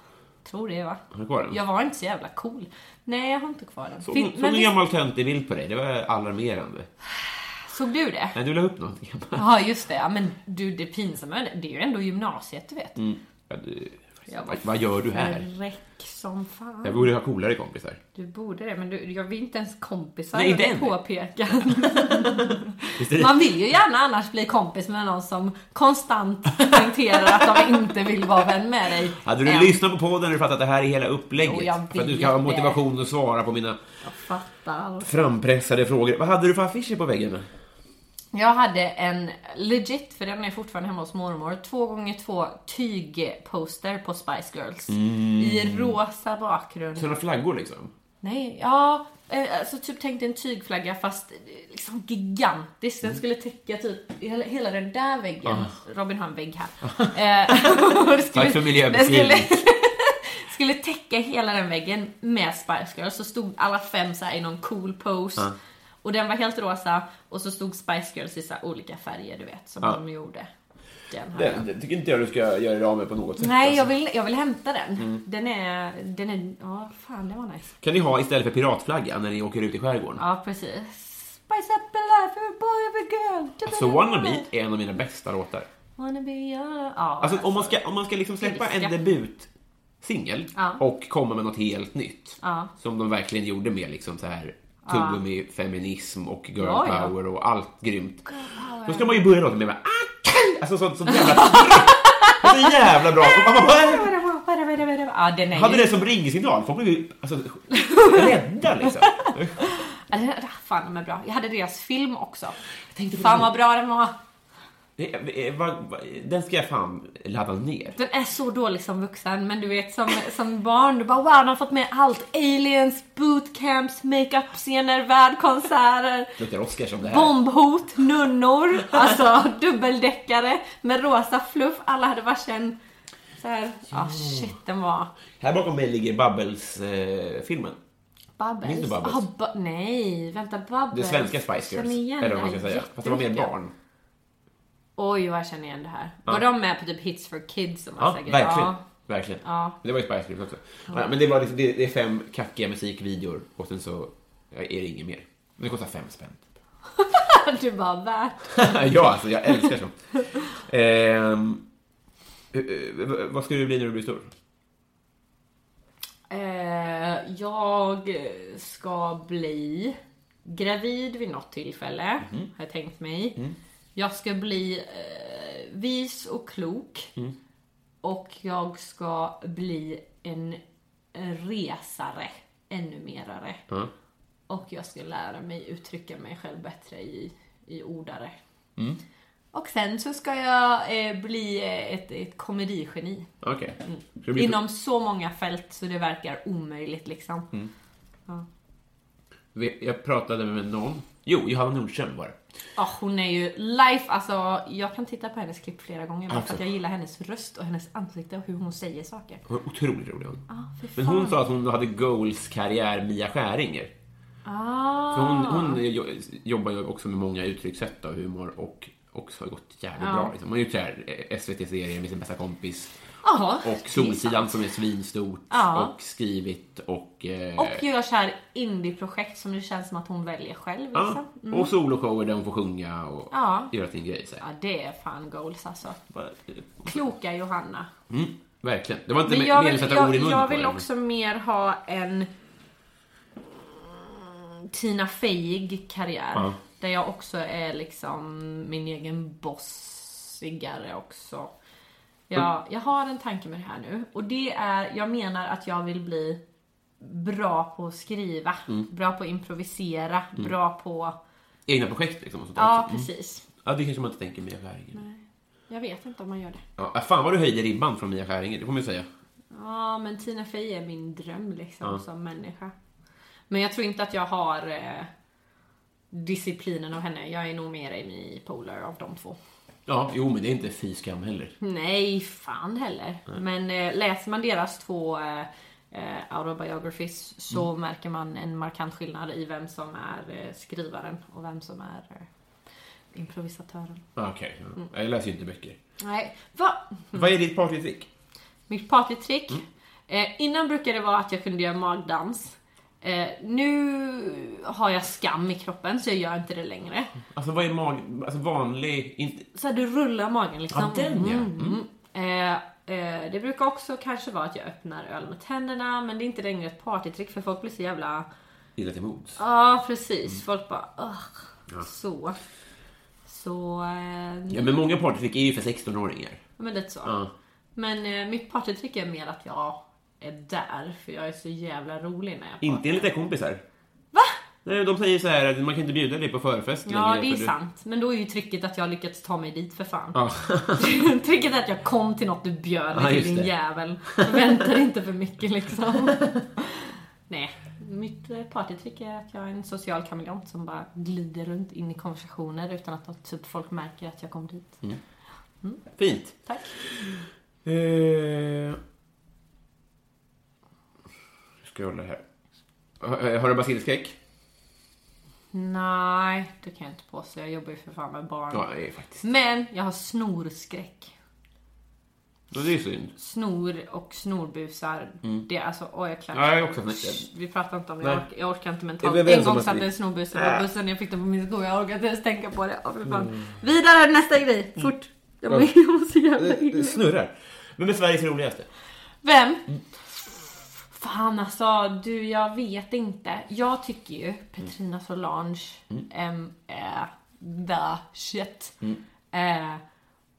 tror det va.
Har du kvar den?
Jag var inte så jävla cool. Nej, jag har inte kvar den.
Såg
Fin-
såg
men
en
visst-
gammal töntig bild på dig. Det var alarmerande.
såg du det?
Nej, du la upp något gammalt.
Ja just det, ja, men du det pinsamma är- det är ju ändå gymnasiet du vet.
(laughs) Ja, du...
Jag var
Vad, vad gör du här?
Räck som fan.
Jag borde ha coolare kompisar.
Du borde det, men du, jag vill inte ens kompisar
Nej, inte
vill
än.
påpeka.
(laughs) Visst är det-
Man vill ju gärna annars bli kompis med någon som konstant poängterar att de inte vill vara vän med dig.
Hade du
Än.
lyssnat på podden hade du fattat att det här är hela upplägget.
Jo, jag
för att du ska
vet
ha motivation att svara på mina
Jag fattar.
frampressade frågor. Vad hade du för affischer på väggen?
Jag hade en legit, för den är fortfarande hemma hos mormor, 2x2 tygposter på Spice Girls.
Mm.
I rosa bakgrund.
Sådana flaggor liksom.
Nej, ja. eh, Alltså typ tänkte en tygflagga fast eh, liksom gigantisk.
Mm.
Den skulle täcka typ hela, hela den där väggen. Robin har en vägg här. Eh, (laughs) och det skulle-
Ah. Tack för miljöbeskrivning.
den Skulle, (laughs) skulle täcka hela den väggen med Spice Girls. Så stod alla fem så här i någon cool pose.
Ah.
Och den var helt rosa och så stod Spice Girls i så här olika färger du vet som
Ja.
de gjorde. Den har jag.
Det, det tycker inte jag du ska göra dig av med på något sätt.
Nej,
alltså. Mm.
jag vill, jag vill hämta den. Den är, den är, ja fan det var nice.
Kan ni ha istället för piratflagga när ni åker ut i skärgården?
Ja, precis. Spice up a life of a boy of a girl.
Alltså Wannabe är en av mina bästa låtar.
Wanna be your... Ja,
Alltså om man ska, om man ska liksom släppa en
Älskar.
debutsingel
Ja.
och komma med något helt nytt.
Ja.
Som de verkligen gjorde med liksom så här tuggummi, feminism och girl
Ja, ja.
power och allt grymt. Då ska man ju börja låten med bara "Ah, Alltså sånt sånt jävla Så jävla bra! Och man bara,
Ja, den är
Hade
ju...
det som ringsignal, folk blev ju alltså, rädda
(laughs)
liksom.
Ja, den- ah, Fan, de är bra. Jag hade deras film också. Fan vad bra den var.
Det är- va- va- Den ska jag fan ladda ner.
Den är så dålig som vuxen, men du vet som, som barn, du bara wow, de har fått med allt. Aliens, bootcamps, makeup-scener, värdkonserter.
Luktar Oscars om det här.
Bombhot, nunnor, alltså dubbeldäckare med rosa fluff. Alla hade varsin så här, ja ah, shit den var
Här bakom mig ligger eh, Bubbles-filmen.
Bubbles.
Minns du Bubbles?
Ah, bu- nej, vänta Bubbles.
det svenska Spice Girls.
Känner igen
Eller vad man
den
ska säga. Fast det var mer
jättemycket.
barn.
Oj vad jag känner igen det här. Var de med på typ Hits for Kids och
Ja,
massa grejer?
verkligen.
Ja.
Verkligen.
Ja.
Men det var ju Spice Girls också. Ja, men det, var liksom, det, det är fem kackiga musikvideor och sen så ja, är det inget mer. Men det kostar fem spänn. (laughs)
(laughs) Du bara värt.
ja, alltså jag älskar sånt. Ehm, eh, eh, vad ska du bli när du blir stor?
Eh, jag ska bli gravid vid något tillfälle, har jag tänkt mig. Jag ska bli eh, vis och klok. Och jag ska bli en resare, ännu merare.
Ja.
Och jag ska lära mig uttrycka mig själv bättre i, i ordare. Och sen så ska jag eh, bli eh, ett, ett komedigeni.
Okej. Ska du bli-
Inom så många fält så det verkar omöjligt liksom.
Mm. Vi- Jag pratade med någon. Jo, Johanna Nordström var det.
Ah, hon är ju life, alltså jag kan titta på hennes klipp flera gånger bara för att
Absolut.
jag gillar hennes röst och hennes ansikte och hur hon säger saker.
Hon är otroligt rolig hon.
Ah, för
Men
fan.
hon sa att hon hade goals karriär Mia Skäringer.
ah.
För hon, hon jo- jobbar ju också med många uttryckssätt och humor och också har gått jävligt
Ja.
bra. Liksom. Hon har gjort så här eh, SVT-serier med sin bästa kompis
Aha,
och Solsidan som är svinstort
Ja.
och skrivit och... Eh,
Och gör såhär indie-projekt som det känns som att hon väljer själv
ja,
liksom.
och soloshower där hon får sjunga och
Ja.
göra sin grej. Så här.
Ja, det är fan goals alltså.
Bara, eh,
Kloka Johanna.
Mm, verkligen. Det var inte
Men
me-
jag
meningen
vill,
att sätta ord
jag,
i munnen
jag
på
vill
henne.
också mer ha en mm, Tina Feyig karriär.
Ja.
Där jag också är liksom min egen bossigare också. Jag, jag har en tanke med det här nu. Och det är, jag menar att jag vill bli bra på att skriva,
Mm.
bra på att improvisera, bra på...
Egna projekt liksom. Och sånt där
Ja,
också. typ. Mm.
precis.
ja, det kanske man inte tänker Mia Skäringer.
Jag vet inte om man gör det.
Ja, ah, fan vad du höjde ribban från Mia Skäringer, det får man ju säga.
Ja, men Tina Fey är min dröm liksom som människa. Men jag tror inte att jag har eh, disciplinen av henne. Jag är nog mer Amy Poehler av de två.
Ja, jo men det är inte fy skam heller.
Nej, fan heller. Men eh, läser man deras två eh, eh, autobiographies så märker man en markant skillnad i vem som är eh, skrivaren och vem som är eh, improvisatören.
Ah, Okej, ja.
Mm.
jag läser ju inte böcker.
Nej, va?
Vad är ditt partytrick?
Mitt partytrick.
Mm.
Eh, innan brukade det vara att jag kunde göra magdans. Eh, nu har jag skam i kroppen så jag gör inte det längre.
Alltså vad är mag... Alltså vanlig... Inte...
Så här, du rullar magen liksom.
Ja, den, ja.
Mm, mm. Eh, eh, det brukar också kanske vara att jag öppnar öl med tänderna men det är inte längre ett partytrick för folk blir så jävla...
Illa till mods.
Ja precis,
Mm.
folk bara "Ugh." Så. Så... Eh,
Ja, men många partytrick är ju för 16-åringar.
men lite så.
Ja.
Men eh, mitt partytrick är mer att jag är där för jag är så jävla rolig när jag
Inte enligt era kompisar.
Va?
Nej, De säger så här att man kan inte bjuda dig på förfest
Ja,
längre,
det är
för du-
sant. Men då är ju trycket att jag har lyckats ta mig dit för fan.
Ja.
(laughs)
(laughs)
trycket är att jag kom till något du bjöd mig
Ja,
till
just
din
det.
jävel. Väntar inte för mycket liksom. (laughs) Nej, mitt eh, partytrick är att jag är en social kameleont som bara glider runt in i konversationer utan att att typ folk märker att jag kom dit.
Mm. Fint.
Tack.
Eh... Jag ska hålla här. Har, har du basilskräck?
Nej, det kan jag inte påstå. Jag jobbar ju för fan med barn.
Ja, det är faktiskt.
Men jag har snorskräck.
Ja, det är synd.
Snor och snorbusar.
Mm.
Det är alltså,
Ja,
åh jag
jag
klarar
är också förnekad.
Shh, Vi pratar inte om det,
Nej.
jag orkar, jag orkar inte
Är
mentalt.
vi överens
En
om
gång
att
satt
vi-
en snorbuse på bussen, jag fick den på min sko, jag orkar inte ens tänka på det. Åh, för fan.
Mm.
Vidare, nästa grej, fort! Jag,
Bra.
jag måste jävla in.
Snurrar. Vem är Sveriges roligaste?
Vem? Fan alltså, du jag vet inte. Jag tycker ju Petrina Solange mm. är the shit. Eh,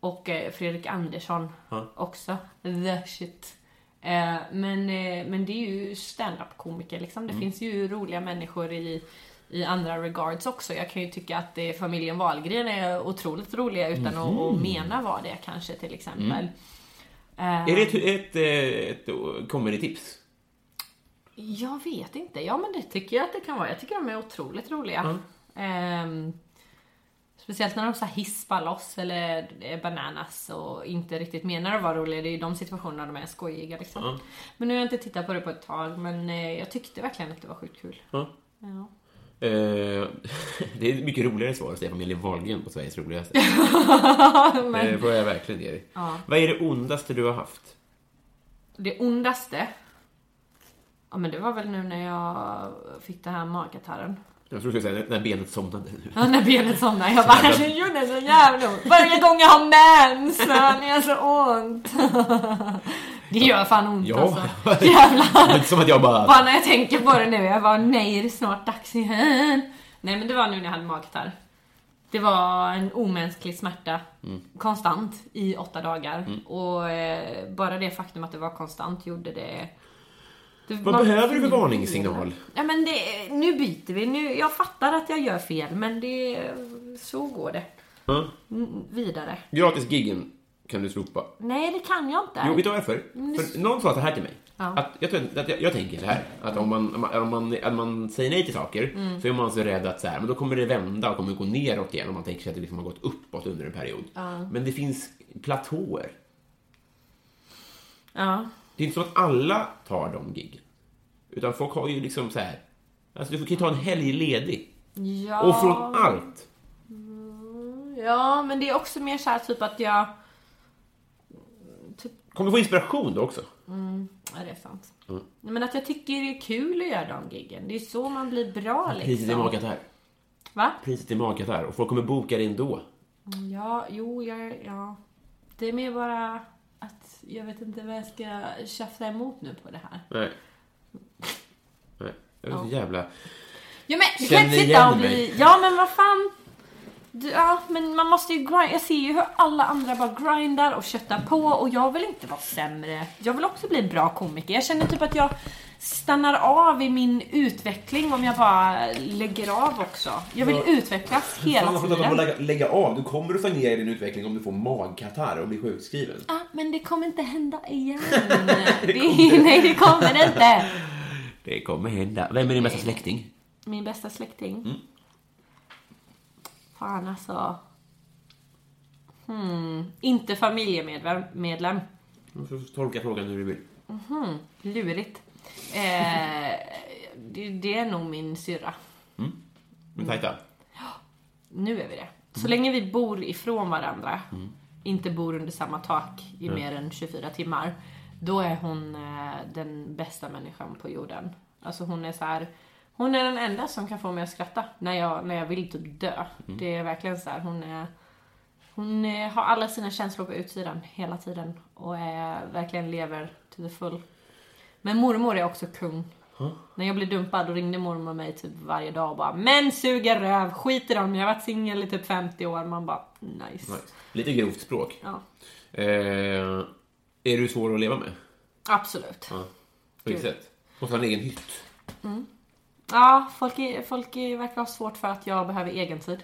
och eh, Fredrik Andersson också, the shit. Eh, men, eh, men det är ju stand-up komiker liksom. Det finns ju roliga människor i, i andra regards också. Jag kan ju tycka att eh, familjen Wahlgren är otroligt roliga utan att, att mena vad det är kanske till exempel. Eh,
Är det ett, ett, eh, ett, ett comedy-tips?
jag vet inte. Ja, men det tycker jag att det kan vara. Jag tycker de är otroligt roliga. Ehm, speciellt när de så här hispar loss eller är bananas och inte riktigt menar att vara roliga. Det är ju de situationerna de är skojiga liksom. Men nu har jag inte tittat på det på ett tag, men eh, jag tyckte verkligen att det var sjukt kul.
Ja.
Ja.
Eh, (laughs) det är ett mycket roligare svar att säga familjen Wahlgren på Sveriges
(laughs)
roligaste. Det får jag verkligen ge dig. Vad är det ondaste du har haft?
Det ondaste? Ja, men det var väl nu när jag fick det här magkatarren.
Jag tror du skulle säga när benet somnade. nu.
Ja, när benet somnar. Jag bara, det gjorde så jävla ont. Varje gång jag har mens, det gör så ont. (laughs) Det gör fan ont
Ja,
alltså.
(laughs)
Jävlar.
det är inte som att jag bara...
Bara när jag tänker på det nu, jag bara, nej, är det snart dags igen? Nej, men det var nu när jag hade magkatarr. Det var en omänsklig smärta,
Mm.
konstant, i åtta dagar. Och eh, bara det faktum att det var konstant gjorde det... det
Vad behöver du för varningssignal?
Ja, men det, nu byter vi. Nu, jag fattar att jag gör fel, men det, så går det.
Ja.
Mm, Vidare.
Gratisgiggen kan du slopa.
Nej, det kan jag inte.
Jo, vet du varför? För någon sa så här till mig.
Mm. Ja.
Att jag, tror- att jag, jag tänker så här, att om man, om man, om man, om man säger nej till saker
Mm.
så är man så rädd att så här, men då kommer det vända och kommer gå neråt igen om man tänker sig att det liksom har gått uppåt under en period. Men det finns platåer.
Ja.
Det är inte så att alla tar de giggen. Utan folk har ju liksom så här, alltså du får- kan ju ta en helg ledig.
Ja.
Och från allt.
ja, men det är också mer så här typ att jag... Typ,
Kommer få inspiration då också.
ja, det är sant. Nej, Men att jag tycker det är kul att göra de giggen. Det är så man blir bra
Priset i
liksom.
magkatarr.
Va?
Priset i magkatarr. Och folk kommer boka det ändå.
Ja, jo, jag... Ja. Det är mer bara att jag vet inte vad jag ska tjafsa emot nu på det här.
Nej. Nej. Jag är så jävla...
Ja men du kan
Känner
inte sitta
igen
och bli...
mig.
Ja men vad fan. Du, ja men man måste ju grind. Jag ser ju hur alla andra bara grindar och köttar på och jag vill inte vara sämre. Jag vill också bli en bra komiker. Jag känner typ att jag stannar av i min utveckling om jag bara lägger av också. Jag vill utvecklas hela tiden.
lägga av. Du kommer att stagnera i din utveckling om du får magkatarr och blir sjukskriven.
Ah, men det kommer inte hända
(laughs)
igen. det, nej det kommer det inte.
Det kommer hända. Vem är din bästa släkting?
Min bästa släkting? Fan alltså. Hmm. Inte familjemedlem. Medlem.
Du får tolka frågan hur du vill.
Lurigt. Eh, det, det är nog min syrra. Mm.
Men tajta.
Nu är vi det. Så länge vi bor ifrån varandra, inte bor under samma tak i mer än 24 timmar, då är hon eh, den bästa människan på jorden. Alltså hon är så här, hon är den enda som kan få mig att skratta när jag, när jag vill typ dö. Det är verkligen så här, hon är hon eh, har alla sina känslor på utsidan hela tiden och är, verkligen lever to the full. Men mormor är också kung. När jag blev dumpad då ringde mormor mig typ varje dag och bara “Män suger röv, skit i dem, jag har varit singel i typ 50 år”. Man bara nice.
Nice. Lite grovt språk.
Ja,
Eh, är du svår att leva med?
absolut.
På vilket sätt? Måste ha en egen hytt?
Ja, folk, är, folk är, verkar ha svårt för att jag behöver egen tid.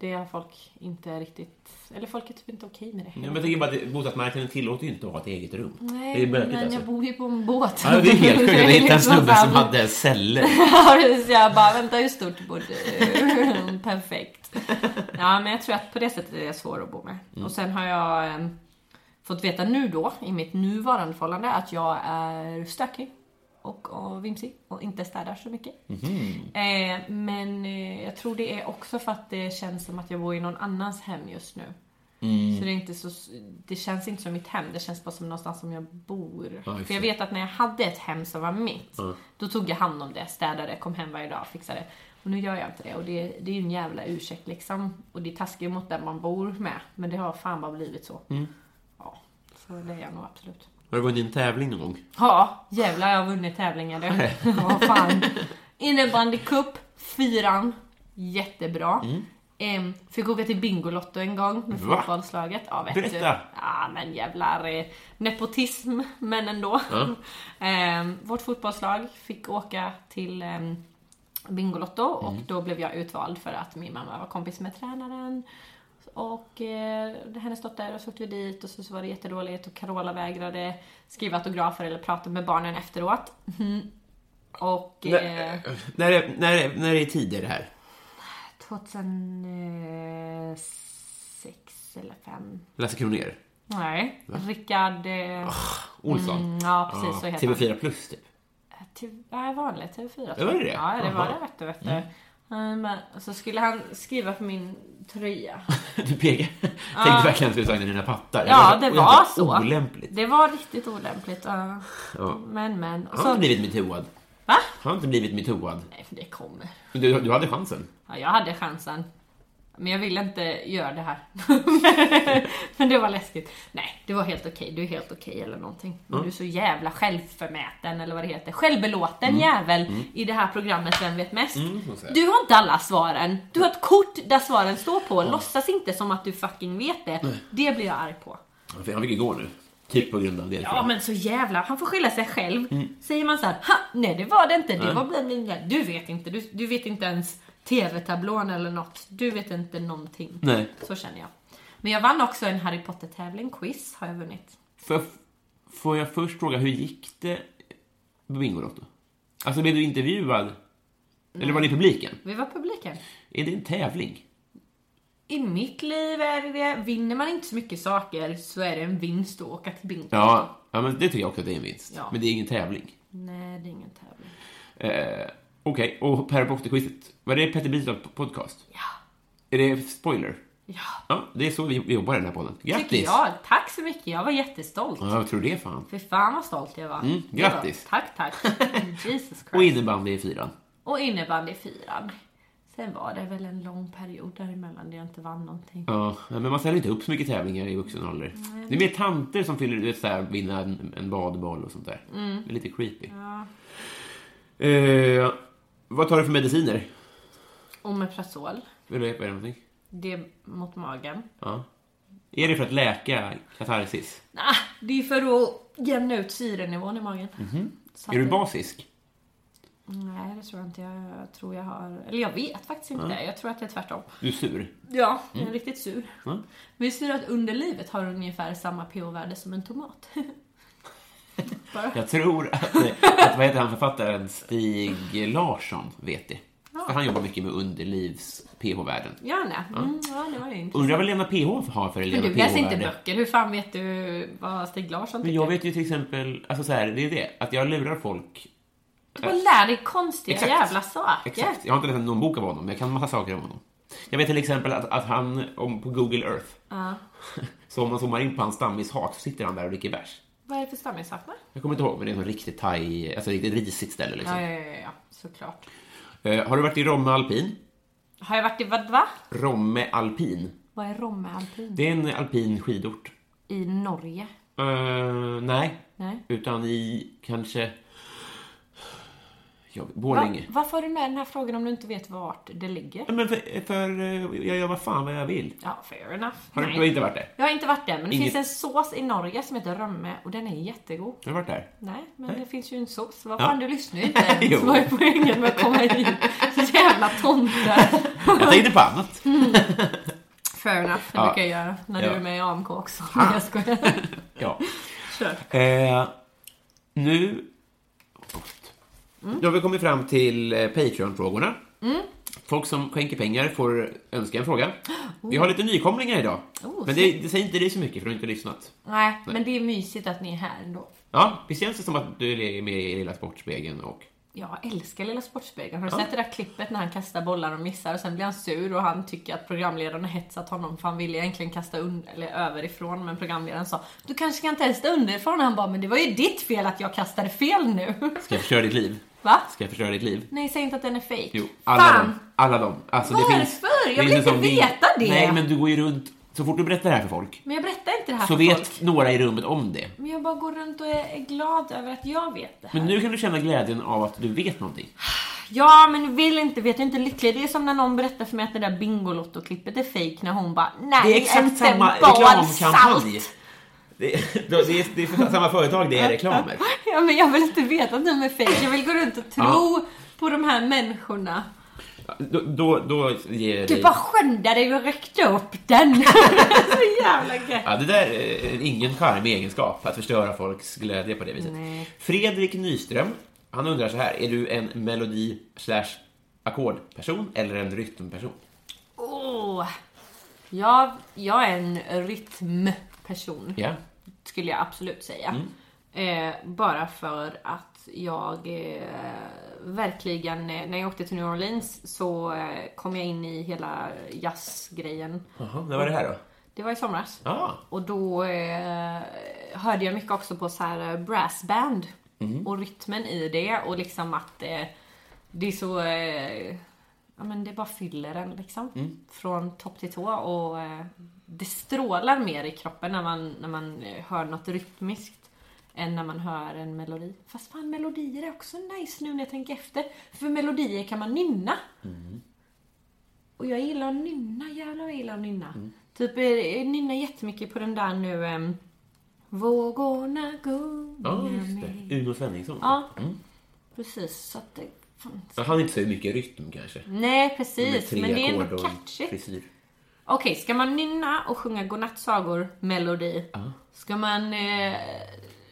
Det har folk inte riktigt... Eller folk är typ inte okej med det.
Men jag tänker bara att bostadsmarknaden tillåter ju inte att ha ett eget rum. det
Nej,
är bökigt
men
alltså.
jag bor ju på en båt.
Ja, det är helt sjukt. Jag hittade en
(laughs) liksom
snubbe
så här-
som hade celler.
(laughs) Ja, precis. jag bara, vänta hur stort bor du? (laughs) Perfekt. Ja, men jag tror att på det sättet är jag svår att bo med. Och sen har jag eh, fått veta nu då, i mitt nuvarande förhållande, att jag är stökig och, och vimsig och inte städar så mycket.
Mhm.
Eh, men eh, jag tror det är också för att det känns som att jag bor i någon annans hem just nu.
Mm.
Så det, är inte så, det känns inte som mitt hem, det känns bara som någonstans som jag bor.
Ja, just
för jag
det.
vet att när jag hade ett hem som var mitt, då tog jag hand om det, städade, kom hem varje dag, fixade. Och nu gör jag inte det och det, det är ju en jävla ursäkt liksom. Och det är taskigt mot den man bor med, men det har fan bara blivit så.
Mm.
Ja, så det är jag nog absolut.
Har du vunnit en tävling någon gång?
Ja, jävlar jag har vunnit tävlingar (laughs) du. Vad fan. Innebandycup, fyran. Jättebra. Em, fick åka till Bingolotto en gång med
Mm. Va?
fotbollslaget. Ja, vet
Berätta.
Du. Ja, men jävlar. eh, Nepotism, men ändå. (laughs) Em, vårt fotbollslag fick åka till em, Bingolotto och
Mm.
då blev jag utvald för att min mamma var kompis med tränaren. Och eh, hennes dotter, och så åkte vi dit och så, så var det jättedåligt och Carola vägrade skriva autografer eller prata med barnen efteråt.
Mm.
Mhm. Och... Eh,
När, när, är- när, är- när är tider det här?
2006 eller 5.
Lasse Kronér?
Nej, Rickard... Eh,
Ah. Olsson?
mm, ja,
Ah.
precis så heter han.
TV4 plus typ?
TV, nej, vanligt TV4 tror
Ja, var det det?
Ja, det var
Jaha.
det vet du. Vet du. Mm, men, så skulle han skriva på min tröja.
Du pekar. (laughs) Tänkte verkligen att du skulle sagt dina pattar.
Ja, det
jävla
var så.
Olämpligt.
Det var riktigt olämpligt. ja.
Ja.
Men men. Och
Han har
så,
inte blivit metooad.
va?
Han har inte blivit metooad.
Nej, för det kommer.
Men Du, du hade chansen.
Ja, jag hade chansen. Men jag ville inte göra
(laughs)
det här. men det var läskigt. Nej, det var helt okej. Du är helt okej eller någonting. Men du är så jävla självförmäten eller vad det heter. Självbelåten
Mm.
jävel i det här programmet Vem vet mest? Du har inte alla svaren. Du har ett kort där svaren står på. Låtsas inte som att du fucking vet det. Det blir jag arg på.
Han fick han fick ju gå nu. Typ på grund av det.
Ja men så jävla, han får skylla sig själv.
Mm.
Säger man så här, ha, nej det var det inte, det var bland mina, du vet inte, du, du vet inte ens TV-tablån eller något. Du vet inte någonting.
Nej.
Så känner jag. Men jag vann också en Harry Potter-tävling, quiz har jag vunnit.
Får jag, får jag först fråga, hur gick det på Bingolotto? Alltså, blev du intervjuad? Eller var det i publiken?
Vi var publiken.
Är det en tävling?
I mitt liv är det det, vinner man inte så mycket saker så är det en vinst att åka till bingo.
Ja, ja men det tycker jag också att det är en vinst.
Ja.
Men det är ingen tävling.
Nej, det är ingen tävling.
Eh, Okej, och Per Boxter-quizet. Var det Petter Bistad podcast?
Ja,
Är det spoiler?
ja.
Ja, det är så vi vi jobbar i den här podden.
Tycker
Grattis!
jag. Tack så mycket, jag var jättestolt.
Ja, jag tror det fan.
Fy fan vad stolt jag var.
Mm,
Det var-
grattis.
Tack,
(laughs)
tack. Jesus
Och
Christ.
innebandy i fyran.
Och innebandy fyran. Sen var det väl en lång period däremellan där jag inte vann någonting.
Ja, men man ställer inte upp så mycket tävlingar i vuxen ålder. Det är mer tanter som fyller ut så här, vinna en, en badboll och sånt där.
Mm.
Det är lite creepy. Eh, vad tar du för mediciner?
Omeprazol,
Eller vad är det för någonting?
det är mot magen.
Ja. Är det för att läka katarsis?
Ah, det är för att jämna ut syrenivån i magen. Så
Mhm. Är
att
du
det-
basisk?
Nej, det tror jag inte. Jag tror jag har... Eller jag vet faktiskt inte. Jag tror att det är tvärtom.
Du är sur?
Ja, jag är riktigt sur.
Mm.
Men visst är det att underlivet har ungefär samma pH-värde som en tomat? (laughs) Bara.
Jag tror att, att vad heter han författaren Stig Larsson vet det. För han jobbar mycket med underlivs pH-värden.
Gärna. Mm, ja, det var ju intressant.
Undrar vad Lena PH har för
Men
eleva
du läser inte
pH-värde?
böcker, hur fan vet du vad Stig Larsson
Men
tycker?
jag vet ju till exempel, alltså så här, det är det, att jag lurar folk.
Du bara lär dig konstiga
Exakt.
jävla saker.
Exakt. Jag har inte läst någon bok av honom, men jag kan massa saker om honom. Jag vet till exempel att, att han, om, på Google Earth,
Ja.
(laughs) så om man zoomar in på hans stammishat så sitter han där och dricker bärs.
Vad är det för stammisvattna?
Jag kommer inte ihåg, men det är en riktigt thai, alltså riktigt risigt ställe liksom.
Ja, ja, ja, ja, såklart.
Eh, har du varit i Romme alpin?
Har jag varit i vad, va?
Romme alpin.
Vad är Romme alpin?
Det är en alpin skidort.
I Norge?
Eh, nej,
Nej.
utan i kanske... ska vi.
Va,
Borlänge.
varför har du med den här frågan om du inte vet vart det ligger?
Nej, Men för, för eh, jag gör vad fan vad jag vill.
Ja, fair enough.
Har du
Nej.
du har inte varit där?
Jag har inte varit där, men det
Ingen-
finns en sås i Norge som heter römme och den är jättegod.
Har du varit där?
Nej, men det finns ju en sås. Vad
Ja.
fan, du lyssnar
(laughs)
ju inte.
Jo.
Vad är poängen med att
(laughs)
komma hit? Så jävla tomte.
Jag tänkte på
(laughs)
annat.
Fair enough, det
Ja.
brukar jag göra när
Ja.
du är med i AMK också. (laughs) Jag skojar.
Ja.
Kör.
Eh, nu...
Mm.
Då har vi kommit fram till eh, Patreon-frågorna. Folk som skänker pengar får önska en
(gasps)
fråga. Vi har lite nykomlingar idag.
Oh,
men det, det säger inte dig så mycket, för du har inte lyssnat.
Nej, men det är mysigt att ni är här ändå.
Ja, det känns det som att du är med i Lilla Sportspegeln och...
Jag älskar Lilla Sportspegeln. Har du sett det där klippet när han kastar bollar och missar och sen blir han sur och han tycker att programledaren har hetsat honom för han ville egentligen kasta un- eller överifrån men programledaren sa Du kanske kan testa underifrån och han bara Men det var ju ditt fel att jag kastade fel nu.
Ska jag förstöra typ ditt liv?
Va?
Ska jag förstöra ditt liv?
Nej, säg inte att den är fejk.
Jo, alla
Fan!
dem. Alla dem. Alltså, det finns,
Varför? Jag
det
vill
finns en
inte
sån
veta det.
Nej, men du går ju runt. Så fort du berättar det här för folk
Men jag berättar inte det här
så
för
vet
folk.
några i rummet om det.
Men jag bara går runt och är är glad över att jag vet det här.
Men nu kan du känna glädjen av att du vet någonting.
Ja, men vill inte, vet du inte lycklig. Det är som när någon berättar för mig att det där Bingolotto-klippet är fejk när hon bara Nej,
Det är exakt
en
samma
bal
reklamkampanj.
salt."
Det är, det, är, det är för samma företag, det är reklamer.
Ja, men jag vill inte veta att de är fejk. Jag vill gå runt och tro på de här människorna.
Då, då, då ger jag
Du
dig...
bara skönda dig och räckte upp den. (laughs) Så jävla gött.
Ja, det där är ingen charmig egenskap, att förstöra folks glädje på det viset.
Nej.
Fredrik Nyström, han undrar så här, är du en melodi slash ackordperson eller en rytmperson?
Åh. Jag, jag är en rytmperson.
Ja.
skulle jag absolut säga. Eh, bara för att jag eh, verkligen, eh, när jag åkte till New Orleans så eh, kom jag in i hela jazzgrejen.
Jaha, när var det här då?
Det var i somras.
Ja, ah,
Och då eh, hörde jag mycket också på så här eh, brassband och rytmen i det och liksom att eh, det är så, eh, ja men det bara fyller en liksom.
Mm.
Från topp till tå och eh, det strålar mer i kroppen när man, när man eh, hör något rytmiskt än när man hör en melodi. Fast fan melodier är också nice nu när jag tänker efter. För melodier kan man nynna.
Mm.
Och jag gillar att nynna, jävlar vad jag gillar att nynna.
Mm.
Typ eh, jag nynnar jättemycket på den där nu ehm, Vågorna gungar
ah, just
med.
det. Mm. Uno Svenningsson.
Ja, precis. Så att det, fan.
Ja, Han är inte så mycket rytm kanske.
Nej
Med
precis,
tre
men det är
ackord
ändå
och en
catchigt.
frisyr.
Okej, ska man nynna och sjunga godnattsagor melodi? Ska man eh,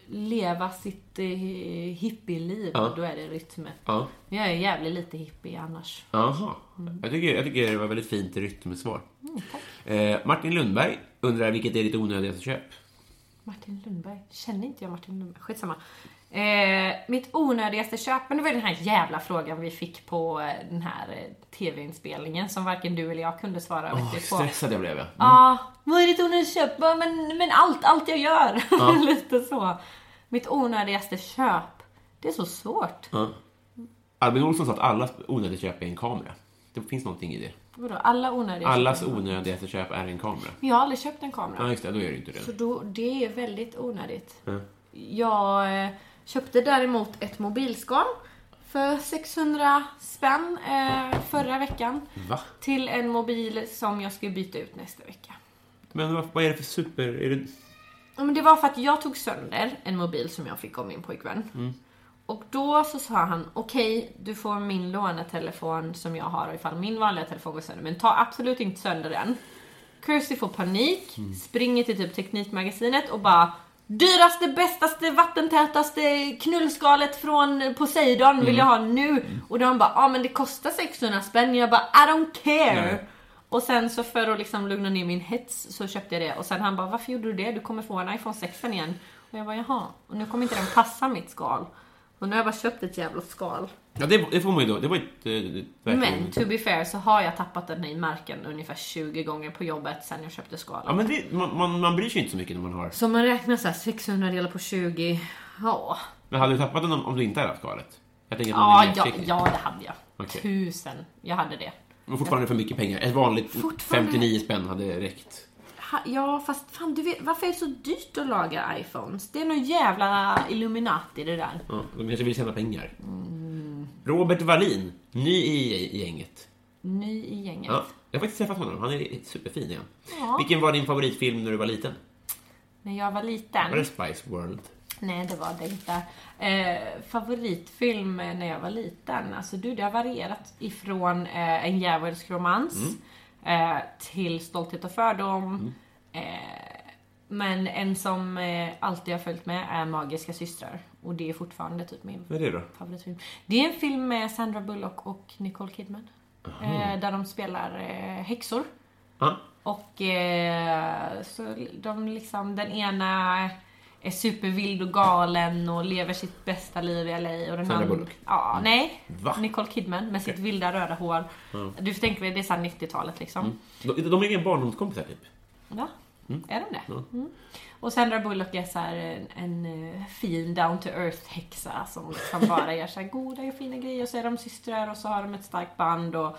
leva sitt eh, hippieliv?
Ja.
Då är det rytmen.
Ja.
Men jag är jävligt lite hippie annars.
Jaha.
Mm.
Jag, tycker, jag tycker det var väldigt fint rytmsvar. eh, Martin Lundberg undrar vilket är ditt onödigaste köp?
Martin Lundberg. Känner inte jag Martin Lundberg? Skitsamma. Eh, mitt onödigaste köp, men det var ju den här jävla frågan vi fick på eh, den här eh, TV-inspelningen som varken du eller jag kunde svara
Åh,
riktigt på.
stressad jag blev. jag.
Ja, vad är ditt onödigaste köp? Ja, Men, men allt, allt jag gör. (laughs) Lite så. Mitt onödigaste köp. Det är så svårt.
Ja. Albin Olsson sa att allas onödiga köp är en kamera. Det finns någonting i det.
Vadå, alla onödiga
Allas
köp?
onödigaste köp är en kamera.
Men jag har aldrig köpt en kamera.
Ja, just det. Då gör du inte
Så
det.
då, det är väldigt onödigt.
Mm.
Jag eh, köpte däremot ett mobilskal för 600 spänn eh, förra veckan.
Va?
Till en mobil som jag ska byta ut nästa vecka.
Men vad, vad är det för super... Är det...
Ja, Men det var för att jag tog sönder en mobil som jag fick av min pojkvän. Och då så sa han, okej du får min lånetelefon som jag har ifall min vanliga telefon går sönder. Men ta absolut inte sönder den. Kirsty får panik,
Mm.
springer till typ Teknikmagasinet och bara Dyraste, bästaste, vattentätaste knullskalet från Poseidon vill
Mm.
jag ha nu. Och de bara, ja ah, men det kostar 600 spänn. Jag bara, I don't care.
Nej.
Och sen så för att liksom lugna ner min hets så köpte jag det och sen han bara varför gjorde du det? Du kommer få en iPhone 6 igen. Och jag bara jaha, och nu kommer inte den passa mitt skal. Och nu har jag bara köpt ett jävla skal.
Ja, det, det får man ju då. Det var ju ett... eh, verkligen-
Men to be fair så har jag tappat den i marken ungefär 20 gånger på jobbet sen jag köpte skalet.
Ja, men det, man, man, man bryr sig inte så mycket när man har...
Så om man räknar så här 600 delar på 20, ja.
Men hade du tappat den om, om du inte hade haft skalet? Jag tänker att man
Ja,
är mer
ja,
försiktig.
ja det hade jag.
Okej.
Tusen, jag hade det.
Men fortfarande för mycket pengar. Ett vanligt
Fortfarande-
59 spänn hade räckt.
Ha, ja fast fan du vet, varför är det så dyrt att laga iPhones? Det är nog jävla Illuminati det där.
Ja, de kanske vill tjäna pengar. Robert Wallin, ny i gänget.
Ny i gänget.
Ja, jag har faktiskt träffat honom. Han är superfin igen. Vilken var din favoritfilm när du var liten?
När jag var liten.
Var det Spice World?
Nej, det var det inte. Eh, favoritfilm när jag var liten? Alltså du, det har varierat ifrån eh, En djävulsk romans eh, till Stolthet och fördom. Eh, men en som eh, alltid har följt med är Magiska systrar. Och det är fortfarande typ min
Vad är det då?
favoritfilm. Det är en film med Sandra Bullock och Nicole Kidman. Eh, där de spelar eh, häxor.
Ja.
Och eh, så de liksom, den ena är supervild och galen och lever sitt bästa liv i LA och den
Sandra
andra...
Bullock? Mm.
Ja, nej.
Va?
Nicole Kidman med sitt vilda röda hår. Du får tänka dig, det är såhär 90-talet liksom.
De, de är inga barndomskompisar typ.
Va? Är de det? Mm. Och Sandra Bullock är så här en, en eh, fin down to earth häxa som
(laughs)
liksom bara gör så här goda och fina grejer och så är de systrar och så har de ett starkt band och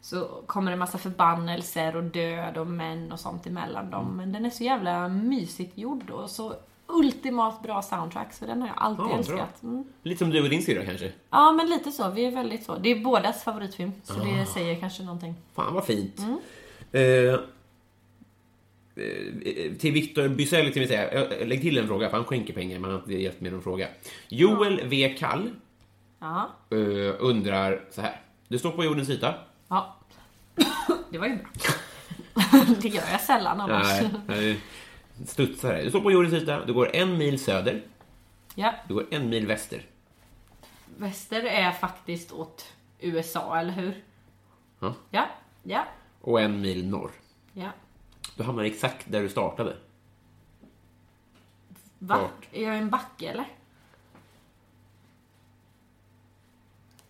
så kommer det massa förbannelser och död och män och sånt emellan
Mm.
dem. Men den är så jävla mysigt gjord och så ultimat bra soundtrack så den har jag alltid
Ja, bra.
älskat. Mm.
Lite som du och din syrra kanske.
Ja men lite så, vi är väldigt så. Det är bådas favoritfilm så
Ah.
det säger kanske någonting.
Fan vad fint.
Mm.
Eh, eh, till Viktor Bysell kan vi säga, jag- lägg till en fråga för han skänker pengar men han har inte gett mig någon fråga. Joel V. Kall
Ja.
eh, undrar så här. Du står på jordens yta.
Ja. (coughs) Det var ju bra. (laughs) Det gör jag sällan annars.
(laughs) Nej, nej. Studsare. Du står på jordens yta, du går en mil söder,
(laughs) Ja,
du går en mil väster.
väster är faktiskt åt USA, eller hur?
Ja.
Ja, ja,
Och en mil norr.
ja.
Du hamnar exakt där du startade.
Va?
Vart?
Är jag i en backe eller?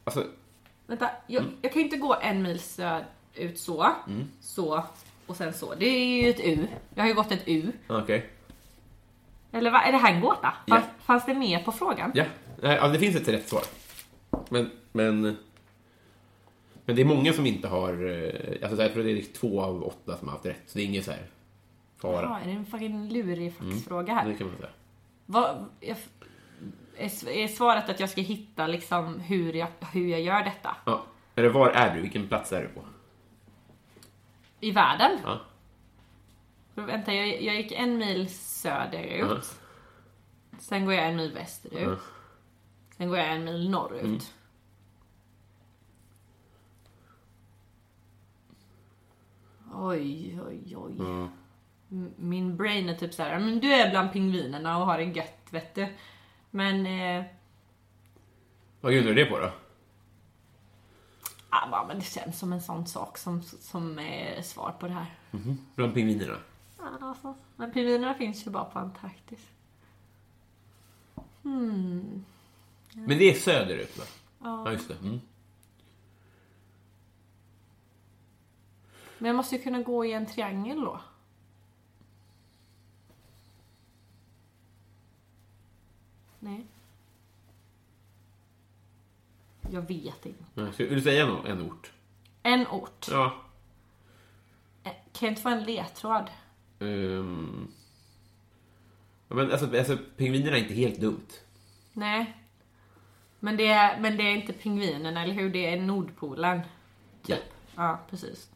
Alltså,
Vänta, jag,
Mm.
jag kan ju inte gå en mil söd ut så, så och sen så. Det är ju ett U. Jag har ju gått ett U.
ah, okej.
Eller vad, är det här en gåta?
Ja.
Fanns, fanns det med på frågan?
Ja, nej, ja, det finns ett rätt svar. Men, men, men det är många som inte har... eh, Alltså, jag tror det är två av åtta som har haft rätt, så det är ingen så här
Ja,
fara.
är det en fucking lurig
Mm.
faxfråga här?
Det kan man säga.
Vad, jag, är, s- är svaret att jag ska hitta liksom hur jag, hur jag gör detta?
Ja. Eller var är du? Vilken plats är du på?
I världen?
Ja.
Vänta, jag, jag gick en mil söderut.
Ja.
Sen går jag en mil västerut.
Ja.
Sen går jag en mil norrut. Oj, oj, oj. M- Min brain är typ så här, men du är bland pingvinerna och har det gött vet du. Men, eh,
Vad grundar du det på då?
ah, va, men det känns som en sån sak som, som är svar på det här.
Bland pingvinerna?
Ja, alltså. Men pingvinerna finns ju bara på Antarktis.
Men det är söderut, va? Ja, just det. Mm.
Men jag måste ju kunna gå i en triangel då. Nej. Jag vet inte.
Ja, Ska, vill du säga no- en ort?
En ort.
Ja.
Eh, Kan jag inte få en ledtråd?
Ehm. Ja, men alltså, alltså, pingvinerna är inte helt dumt.
Nej. Men det, är, men det är inte pingvinerna, eller hur? Det är Nordpolen.
Ja.
Ja, precis.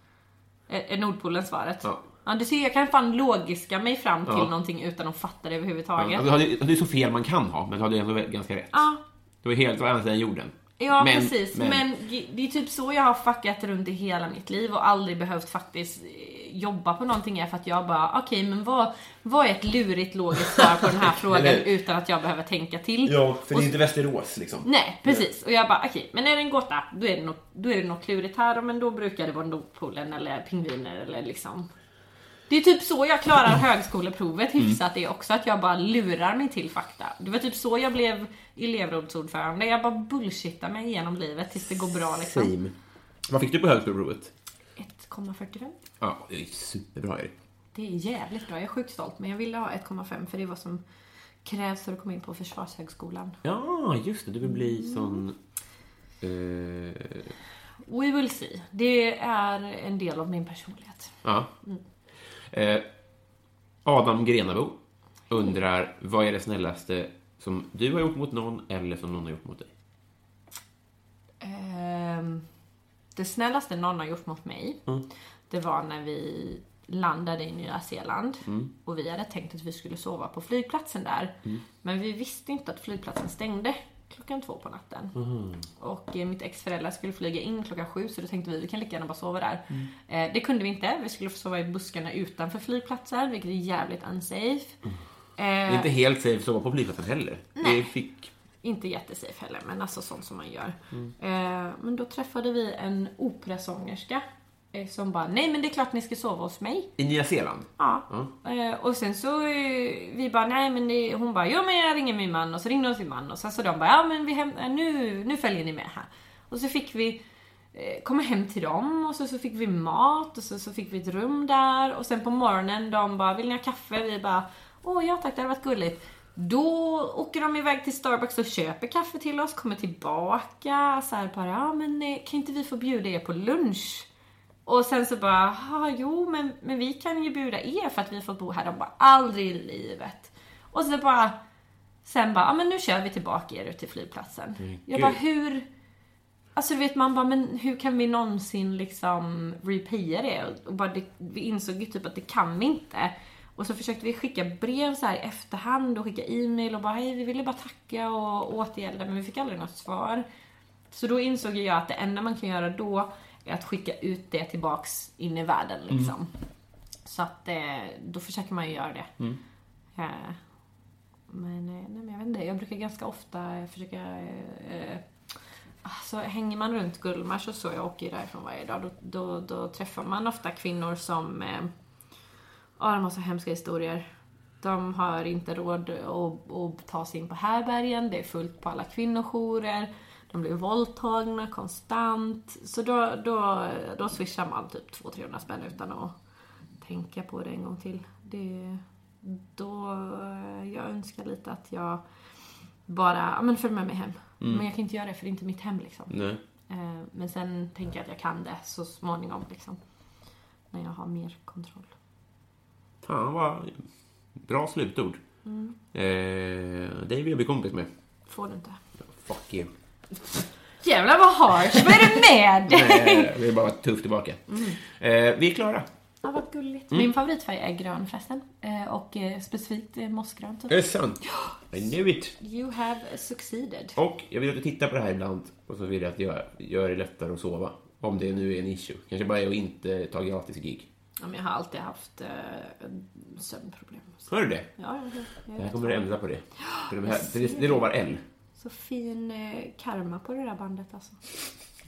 Är, är Nordpolen svaret?
Ja.
ja. Du ser, jag kan fan logiska mig fram till
Ja.
någonting utan att fatta det
Ja,
överhuvudtaget.
alltså, du hade- det är så fel man kan ha, men du hade ändå ganska rätt.
Ja,
Du var helt på andra sidan jorden.
Ja precis, men, ge- det är typ så jag har fuckat runt i hela mitt liv och aldrig behövt faktiskt eh, jobba på någonting är för att jag bara, okej men vad, vad är ett lurigt logiskt svar på den här frågan
Eller hur?
utan att jag behöver tänka till?
för det är inte Västerås liksom.
Nej, precis. Och jag bara, okej, men är det en gåta, då är det, något, då är det något lurigt här, men då brukar det vara Nordpolen eller pingviner eller liksom. Det är typ så jag klarar högskoleprovet hyfsat, det är också att jag bara lurar mig till fakta. Det var typ så jag blev elevrådsordförande, jag bara bullshittar mig igenom livet tills det går bra liksom.
Same. Vad fick du på högskoleprovet?
1,45.
Ja, det är superbra är det.
Det är jävligt bra, jag är sjukt stolt, men jag ville ha 1,5 för det är vad som krävs för att komma in på Försvarshögskolan.
Ja, just det. Du vill bli sån...
Mm.
eh,
We will see. Det är en del av min personlighet.
ja. Eh, Adam Grenabo undrar, vad är det snällaste som du har gjort mot någon eller som någon har gjort mot dig?
Eh, ehm, det snällaste någon har gjort mot mig,
Mm.
det var när vi landade i Nya Zeeland
Mm.
och vi hade tänkt att vi skulle sova på flygplatsen där. Men vi visste inte att flygplatsen stängde klockan två på natten.
Mm.
Och eh, mitt ex föräldrar skulle flyga in klockan sju så då tänkte vi vi kan lika gärna bara sova där.
Mm.
Eh, det kunde vi inte. Vi skulle få sova i buskarna utanför flygplatsen vilket är jävligt unsafe.
Mm. Det
Eh,
är inte helt safe att sova på flygplatsen heller. Nej. Det fick...
inte jättesafe heller, men alltså sånt som man gör. Eh, men då träffade vi en operasångerska eh, som bara, nej men det är klart ni ska sova hos mig.
I Nya Zeeland?
Ja. Eh, och sen så, eh, vi bara, nej men det, hon bara, jo men jag ringer min man och så ringde hon sin man och sen så de bara, ja men vi hem, eh, nu, nu följer ni med här. Och så fick vi eh, komma hem till dem och så, så fick vi mat och så, så fick vi ett rum där och sen på morgonen de bara, vill ni ha kaffe? Vi bara, åh ja tack det hade varit gulligt. Då åker de iväg till Starbucks och köper kaffe till oss, kommer tillbaka så här bara, ja men eh, kan inte vi få bjuda er på lunch? Och sen så bara, "Aha, jo men, men vi kan ju bjuda er för att vi får bo här. De bara, aldrig i livet. Och så bara, sen bara, ja men nu kör vi tillbaka er ut till flygplatsen. Jag bara, hur? Alltså du vet man bara, men hur kan vi någonsin liksom repaya det? Och bara, det vi insåg ju typ att det kan vi inte. Och så försökte vi skicka brev så här i efterhand och skicka e-mail och bara, hej vi ville bara tacka och återgälda men vi fick aldrig något svar. Så då insåg jag att det enda man kan göra då är att skicka ut det tillbaks in i världen liksom. Så att eh, då försöker man ju göra det. Eh, men, eh, nej, men jag vet inte, jag brukar ganska ofta eh, försöka... Eh, alltså, hänger man runt Gullmars och så, jag åker ju därifrån varje dag, då, då, då träffar man ofta kvinnor som... Eh, ja, de har så hemska historier. De har inte råd att, att ta sig in på härbärgen, det är fullt på alla kvinnojourer, de blir våldtagna konstant. Så då, då, då swishar man typ 200-300 spänn utan att tänka på det en gång till. Det, då, eh, jag önskar lite att jag bara, ja men följ med mig hem. Men jag kan inte göra det för det är inte mitt hem liksom.
Nej.
Eh, Men sen tänker jag att jag kan det så småningom liksom. När jag har mer kontroll.
Fan vad bra slutord. Eh, dig vill jag bli kompis med.
Får du inte.
Fuck (laughs) you.
Jävlar vad harsh, vad är det med dig?
(laughs) Nej, vi är bara tuff tillbaka. Eh, vi är klara.
Ja, vad gulligt. Min favoritfärg är grön förresten. Eh, Och eh, specifikt eh, mossgrönt.
Är det sant? I knew it.
You have succeeded.
Och jag vill att du tittar på det här ibland och så vill jag att jag gör det lättare att sova. Om det nu är en issue. Kanske bara är att inte ta gratis gig.
Ja, men jag har alltid haft eh, sömnproblem. Så,
Hör du det?
ja, jag, jag
Det här
vet.
kommer att ändra på det. För de här, för det, det lovar L.
så fin eh, karma på det där bandet alltså.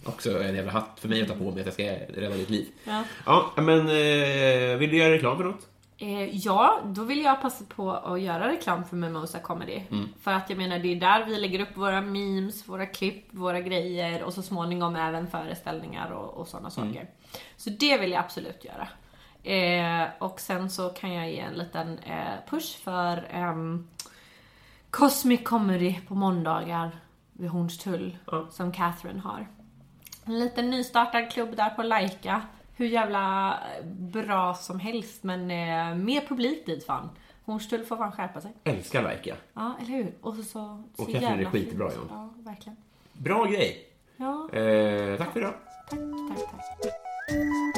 Också en jävla hatt för mig att ta på mig att jag ska rädda ditt liv.
Ja.
Ja, men eh, vill du göra reklam för något?
Eh, ja, då vill jag passa på att göra reklam för Mimosa Comedy. För att jag menar, det är där vi lägger upp våra memes, våra klipp, våra grejer och så småningom även föreställningar och, och sådana saker. Så det vill jag absolut göra. Eh, och sen så kan jag ge en liten eh, push för ehm, Cosmic Comedy på måndagar vid Hornstull som Catherine har. En liten nystartad klubb där på Laika. Hur jävla eh, bra som helst men eh, mer publik dit fan. Hornstull får fan skärpa sig.
Älskar Laika.
Ja, eller hur? Och så, så, så
Och Catherine är skitbra,
fint.
ja.
Ja, verkligen.
Bra grej!
Ja,
Eh, tack för idag.
tack, tack, tack.